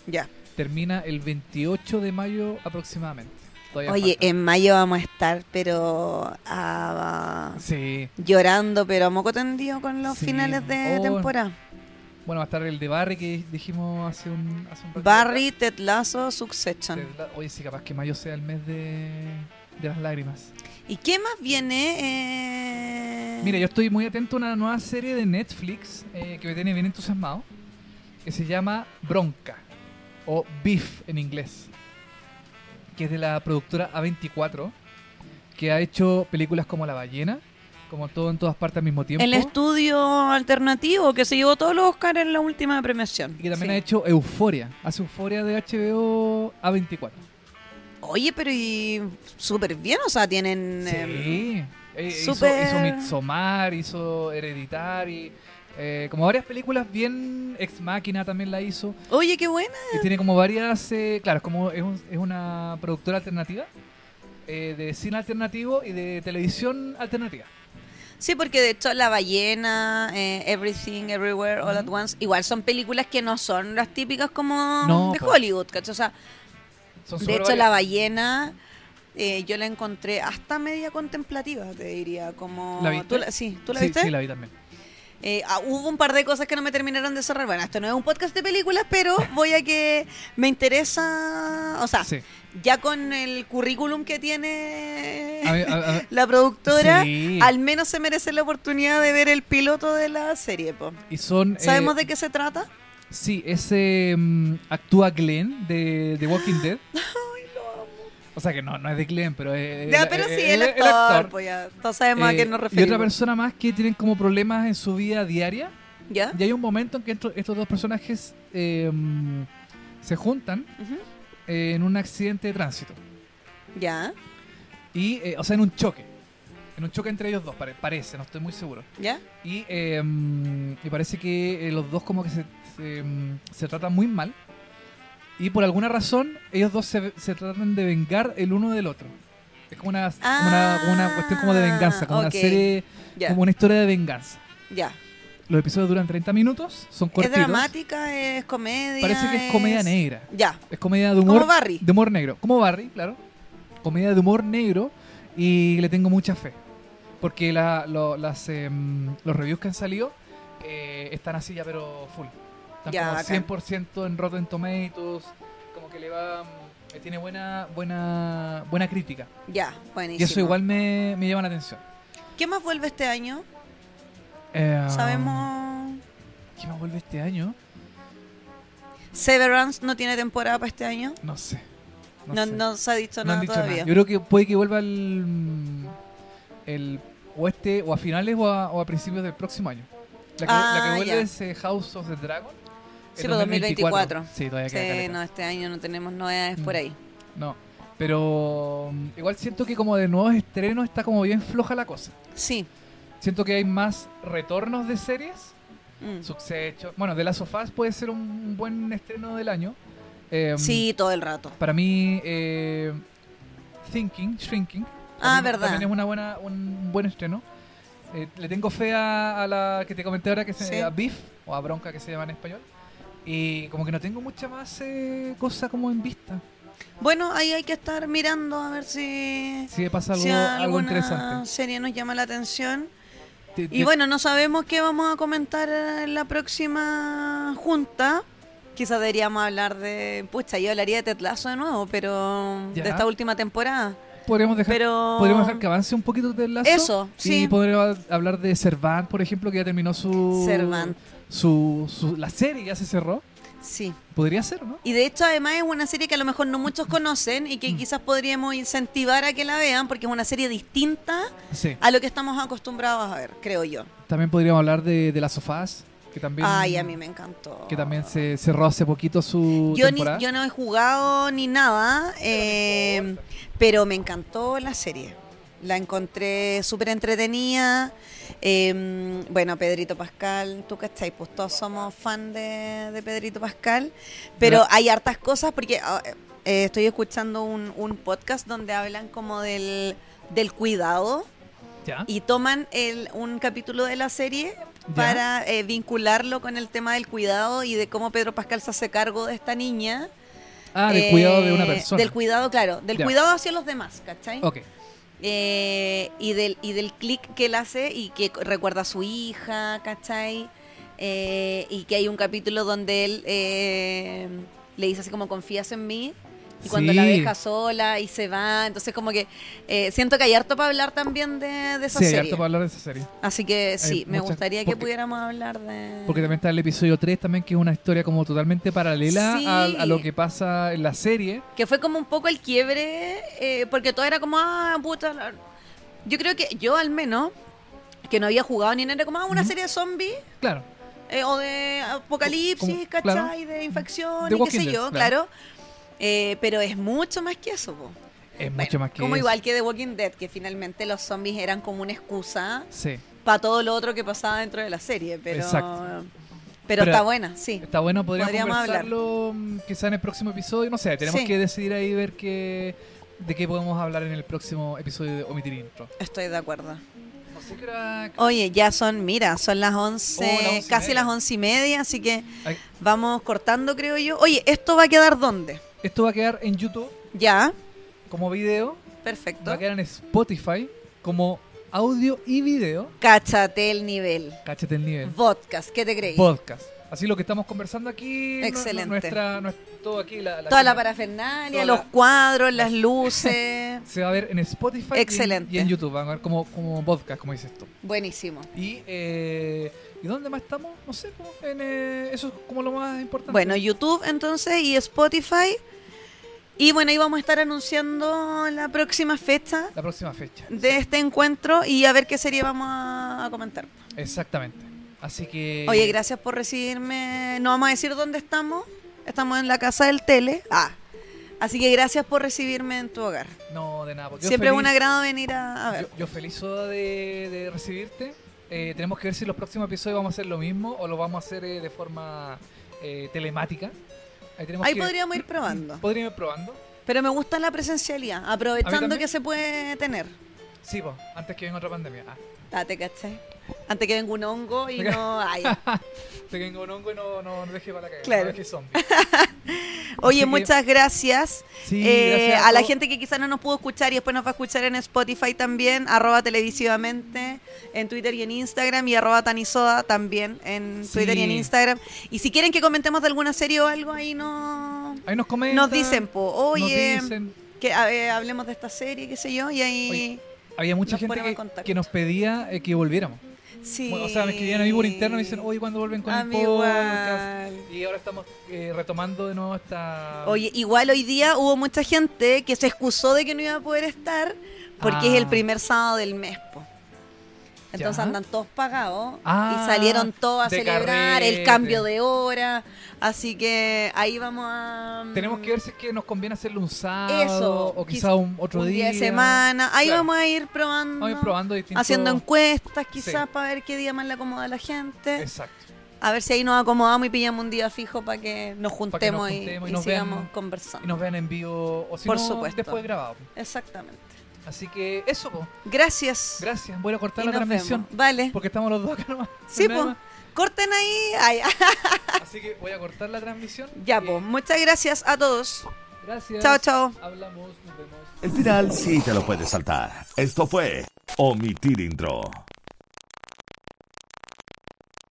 C: Ya.
B: Termina el 28 de mayo aproximadamente. Todavía
C: Oye, em-
B: falta.
C: en mayo vamos a estar, pero ah,
B: Sí.
C: llorando, pero a moco tendido con los
B: Sí.
C: finales de
B: Oh.
C: temporada.
B: Bueno, va a estar el de Barry que dijimos hace un, hace un rato.
C: Barry, Ted Lasso, Succession.
B: De- Oye, sí, capaz que mayo sea el mes de, de las lágrimas.
C: ¿Y qué más viene? Eh,
B: Mira, yo estoy muy atento a una nueva serie de Netflix eh, que me tiene bien entusiasmado, que se llama Bronca, o Beef en inglés, que es de la productora A24, que ha hecho películas como La ballena, como todo en todas partes al mismo tiempo,
C: el estudio alternativo que se llevó todos los Oscars en la última premiación.
B: y que también
C: Sí.
B: ha hecho Euforia, hace Euforia de HBO A24.
C: Oye, pero y súper bien, o sea, tienen... em,
B: Sí. Eh,
C: Súper-
B: hizo, hizo Midsommar, hizo Hereditary, eh, como varias películas bien, Ex Máquina también la hizo.
C: Oye, qué buena.
B: Que tiene como varias. eh, claro, es como es, un- es una productora alternativa, eh, de cine alternativo y de televisión alternativa.
C: Sí, porque de hecho La Ballena, eh, Everything, Everywhere, All at
B: Ujú.
C: Once, igual son películas que no son las típicas como
B: No,
C: de
B: po.
C: Hollywood, ¿cachai? O sea,
B: Son
C: de
B: súper
C: hecho La
B: variadas.
C: Ballena eh, yo la encontré hasta media contemplativa, te diría, como...
B: ¿La viste?
C: ¿Tú sí, ¿tú la
B: Sí,
C: viste?
B: Sí, la vi también.
C: Eh, ah, hubo un par de cosas que no me terminaron de cerrar. Bueno, esto no es un podcast de películas, pero voy a que me interesa, o sea,
B: Sí.
C: ya con el currículum que tiene...
B: A ver, a ver, a ver.
C: La productora
B: Sí.
C: al menos se merece la oportunidad de ver el piloto de la serie. po.
B: Y son. eh,
C: ¿Sabemos de qué se trata?
B: Sí, ese. mm, actúa Glenn de The Walking Dead. O sea que no, no es de Glenn, pero es.
C: ya,
B: eh, el-
C: pero sí,
B: eh,
C: el,
B: eh,
C: actor, po, ya. Todos sabemos a
B: Eh,
C: qué nos
B: y otra
C: referimos.
B: persona más que tienen como problemas en su vida diaria.
C: ¿Ya?
B: Y hay un momento en que esto- estos dos personajes eh, se juntan
C: Ujú.
B: eh, en un accidente de tránsito.
C: ¿Ya?
B: Y, eh, o sea, en un choque. En un choque entre ellos dos, pare- parece, no estoy muy seguro.
C: ¿Ya?
B: Y, eh, y parece que eh, los dos como que se, se, mm, se tratan muy mal. Y por alguna razón, ellos dos se, se tratan de vengar el uno del otro. Es como una, como una, como una cuestión como de venganza, como
C: Ah, ok.
B: una serie,
C: ¿Ya?
B: como una historia de venganza.
C: ¿Ya?
B: Los episodios duran 30 minutos, son
C: Es
B: cortitos.
C: dramática, es comedia.
B: Parece que es comedia negra.
C: Ya.
B: Es comedia de humor.
C: Como Barry.
B: De humor negro. Como Barry, claro. Comedia de humor negro. Y le tengo mucha fe. Porque la- lo- las, em, los reviews que han salido eh, están así ya, pero full. Están
C: Ya,
B: como
C: bacán.
B: 100% en Rotten Tomatoes. Como que le va. mm, eh, tiene buena, buena, buena crítica.
C: Ya,
B: Y
C: buenísimo.
B: eso igual me, me llama la atención.
C: ¿Qué más vuelve este año?
B: Eh,
C: Sabemos.
B: ¿Qué más vuelve este año?
C: Severance no tiene temporada para este año.
B: No sé.
C: No, no,
B: sé.
C: se ha dicho
B: No han
C: nada
B: dicho
C: todavía.
B: nada. Yo creo que puede que vuelva el, el o este o a finales o a, o a principios del próximo año. La que,
C: Ah,
B: la que vuelve
C: ya.
B: es eh, House of the Dragon.
C: Sí, pues,
B: el
C: pero 2024.
B: Sí, todavía queda
C: Sí,
B: caleta.
C: no, este año no tenemos novedades por
B: Mm.
C: ahí.
B: No, pero mm, igual siento que como de nuevos estrenos está como bien floja la cosa.
C: Sí.
B: Siento que hay más retornos de series.
C: Mm.
B: Succession. Bueno, The Last of Us puede ser un buen estreno del año. Em,
C: Sí, todo el rato.
B: Para mí, eh, Thinking, Shrinking.
C: Ah,
B: también-
C: verdad.
B: También es una buena, un buen estreno. Eh, le tengo fe a, a la que te comenté ahora, que se
C: Sí.
B: a Beef, o a Bronca, que se llama en español. Y como que no tengo mucha más eh, cosa como en vista.
C: Bueno, ahí hay que estar mirando a ver si,
B: Si me pasa algo,
C: si
B: algo
C: alguna
B: interesante.
C: serie nos llama la atención.
B: Te-
C: Y
B: yo-
C: bueno, no sabemos qué vamos a comentar en la próxima junta. Quizás deberíamos hablar de. Pucha, yo hablaría de Tetlazo de nuevo, pero.
B: Ya.
C: De esta última temporada.
B: podríamos dejar,
C: Pero.
B: podríamos dejar que avance un poquito del lazo.
C: Eso, sí.
B: Y podríamos hablar de Servant, por ejemplo, que ya terminó su.
C: Servant.
B: Su, su- la serie ya se cerró.
C: Sí.
B: Podría ser, ¿no?
C: Y de hecho, además, es una serie que a lo mejor no muchos conocen y
B: Mm.
C: que quizás podríamos incentivar a que la vean porque es una serie distinta
B: Sí.
C: a lo que estamos acostumbrados a ver, creo yo.
B: También podríamos hablar de, de las sofás, que también,
C: Ay, a mí me encantó.
B: que también se cerró hace poquito su
C: yo, ni-
B: temporada.
C: yo no he jugado ni nada, eh, pero me encantó la serie. La encontré súper entretenida. eh, bueno, Pedrito Pascal, tú cachai, pues todos somos fan de, de Pedrito Pascal, pero
B: Pero-
C: hay hartas cosas porque ah, eh, estoy escuchando un, un podcast donde hablan como del, del cuidado
B: ¿Ya?
C: y toman el, un capítulo de la serie
B: Ya.
C: para eh, vincularlo con el tema del cuidado y de cómo Pedro Pascal se hace cargo de esta niña.
B: ah, del
C: eh,
B: cuidado de una persona.
C: Del cuidado, claro, del
B: Ya.
C: cuidado hacia los demás, ¿cachai?
B: Ok,
C: Eh, y del, y del clic que él hace y que co- recuerda a su hija, ¿cachai? Eh, y que hay un capítulo donde él eh, le dice así como confías en mí. Y cuando la
B: Sí.
C: deja sola y se va, entonces como que eh, siento que hay harto para hablar también de, de esa
B: sí, hay
C: serie.
B: harto para hablar de esa serie.
C: Así que sí, me
B: muchas-
C: gustaría que
B: porque-
C: pudiéramos hablar de...
B: Porque también está el episodio 3 también, que es una historia como totalmente paralela
C: Sí.
B: a, a lo que pasa en la serie.
C: Que fue como un poco el quiebre, eh, porque todo era como, ah, puta... la- Yo creo que yo al menos, que no había jugado ni nada, era como ah, una
B: Ujú.
C: serie de zombies
B: Claro,
C: eh, o de apocalipsis,
B: Como-
C: ¿cachai?
B: claro.
C: De
B: The
C: infección y qué
B: Walking
C: sé
B: Dead,
C: yo,
B: claro.
C: claro. Eh, pero es mucho más que eso, po.
B: es
C: Bueno,
B: mucho más que
C: Como
B: eso.
C: igual que The Walking Dead, que finalmente los zombies eran como una excusa
B: Sí,
C: para todo lo otro que pasaba dentro de la serie, pero...
B: Exacto. Pero-
C: Pero, está buena, sí.
B: está bueno, podríamos,
C: Podríamos hablar.
B: conversarlo mm, quizá en el próximo episodio. No sé, tenemos
C: Sí.
B: que decidir ahí ver qué, de qué podemos hablar en el próximo episodio de Omitir Intro.
C: Estoy de acuerdo.
B: No sé qué hora-
C: Oye, ya son, mira, son las 11,
B: Oh, las 11 y
C: casi
B: media.
C: las once y media, así que
B: Ay,
C: vamos cortando, creo yo. Oye, ¿esto va a quedar dónde?
B: Esto va a quedar en YouTube
C: Ya,
B: como video, va
C: perfecto.
B: a quedar en Spotify como audio y video.
C: Cáchate el nivel.
B: Cáchate el nivel.
C: Podcast, ¿qué te crees?
B: Podcast. Así lo que estamos conversando aquí. nu- nu-
C: Excelente.
B: Nuestra, nues- todo aquí, la, la-
C: Toda la parafernalia,
B: Toda
C: los
B: la-
C: cuadros, las luces.
B: Se va a ver en Spotify y en-
C: Excelente.
B: Y, en, YouTube. Van a ver como, como podcast, como dices tú.
C: Buenísimo.
B: Y, eh, ¿y dónde más estamos? No sé. como en, eh, eso es como lo más importante.
C: Bueno, YouTube entonces y Spotify. Y bueno, ahí vamos a estar anunciando la próxima fecha
B: La próxima fecha.
C: de este encuentro y a ver qué serie vamos a a comentar.
B: Exactamente. Así que.
C: Oye, gracias por recibirme. No vamos a decir dónde estamos. Estamos en la casa del tele. Ah. Así que gracias por recibirme en tu hogar.
B: No, de nada. porque yo
C: Siempre es
B: feliz-
C: un agrado venir a, a ver.
B: Yo, yo feliz Soda, de, de recibirte. Eh, tenemos que ver si los próximos episodios vamos a hacer lo mismo o lo vamos a hacer eh, de forma eh, telemática. Ahí, tenemos
C: Ahí
B: que-
C: podríamos ir probando.
B: podríamos ir probando.
C: Pero me gusta la presencialidad, aprovechando
B: también.
C: que se puede tener.
B: Sí, po, antes que venga otra pandemia. Ah,
C: Ah, te caché. Antes que venga un hongo y no haya.
B: antes que venga un hongo y no, no, no deje para la calle.
C: Claro.
B: No deje zombie. Así
C: Oye,
B: que-
C: muchas gracias.
B: Sí,
C: Eh,
B: gracias
C: a la
B: todos.
C: gente que quizás no nos pudo escuchar y después nos va a escuchar en Spotify también, arroba televisivamente, en Twitter y en Instagram, y arroba tanisoda también en
B: Sí.
C: Twitter y en Instagram. Y si quieren que comentemos de alguna serie o algo, ahí no...
B: Ahí nos comentan.
C: nos dicen, po, oye,
B: Nos dicen.
C: que a ver, hablemos de esta serie, qué sé yo, y ahí...
B: Oye, Había mucha
C: nos
B: gente
C: ponemos en
B: que,
C: contacto.
B: que nos pedía eh, que volviéramos.
C: sí.
B: O sea, me escribían a mí por interno y me dicen, oye, ¿cuándo vuelven con
C: A
B: el
C: mí
B: podcast?
C: igual.
B: Y ahora estamos eh, retomando de nuevo esta...
C: Oye, igual hoy día hubo mucha gente que se excusó de que no iba a poder estar porque
B: Ah.
C: es el primer sábado del mes, po. Entonces
B: Ya.
C: andan todos pagados
B: Ah,
C: y salieron todos a
B: de
C: celebrar
B: carrete.
C: el cambio de hora. Así que ahí vamos a. mm,
B: Tenemos que ver si es que nos conviene hacerlo un sábado
C: Eso,
B: o
C: quiz-
B: quizá un otro
C: un
B: día.
C: día de semana. Ahí
B: Claro.
C: vamos a ir probando.
B: Vamos a ir probando distintos...
C: Haciendo encuestas, quizás,
B: Sí.
C: para ver qué día más le acomoda a la gente.
B: Exacto.
C: A ver si ahí nos acomodamos y pillamos un día fijo para que nos
B: nos
C: juntemos, y-
B: juntemos
C: y,
B: y nos
C: sigamos
B: vean-
C: conversando.
B: Y nos vean en vivo o si
C: Por
B: no,
C: supuesto.
B: después grabado.
C: Exactamente.
B: Así que eso, po.
C: Gracias.
B: gracias. Voy a cortar
C: Y
B: la
C: nos
B: transmisión
C: vemos. Vale.
B: porque estamos los dos acá nomás.
C: Sí,
B: Nada
C: po.
B: más.
C: Corten ahí. Ay, ah,
B: Así que voy a cortar la transmisión.
C: ya,
B: Eh,
C: pues. Muchas gracias a todos.
B: Gracias.
C: Chao, chao.
B: Hablamos, nos vemos.
A: El final sí te lo puedes saltar. Esto fue Omitir Intro.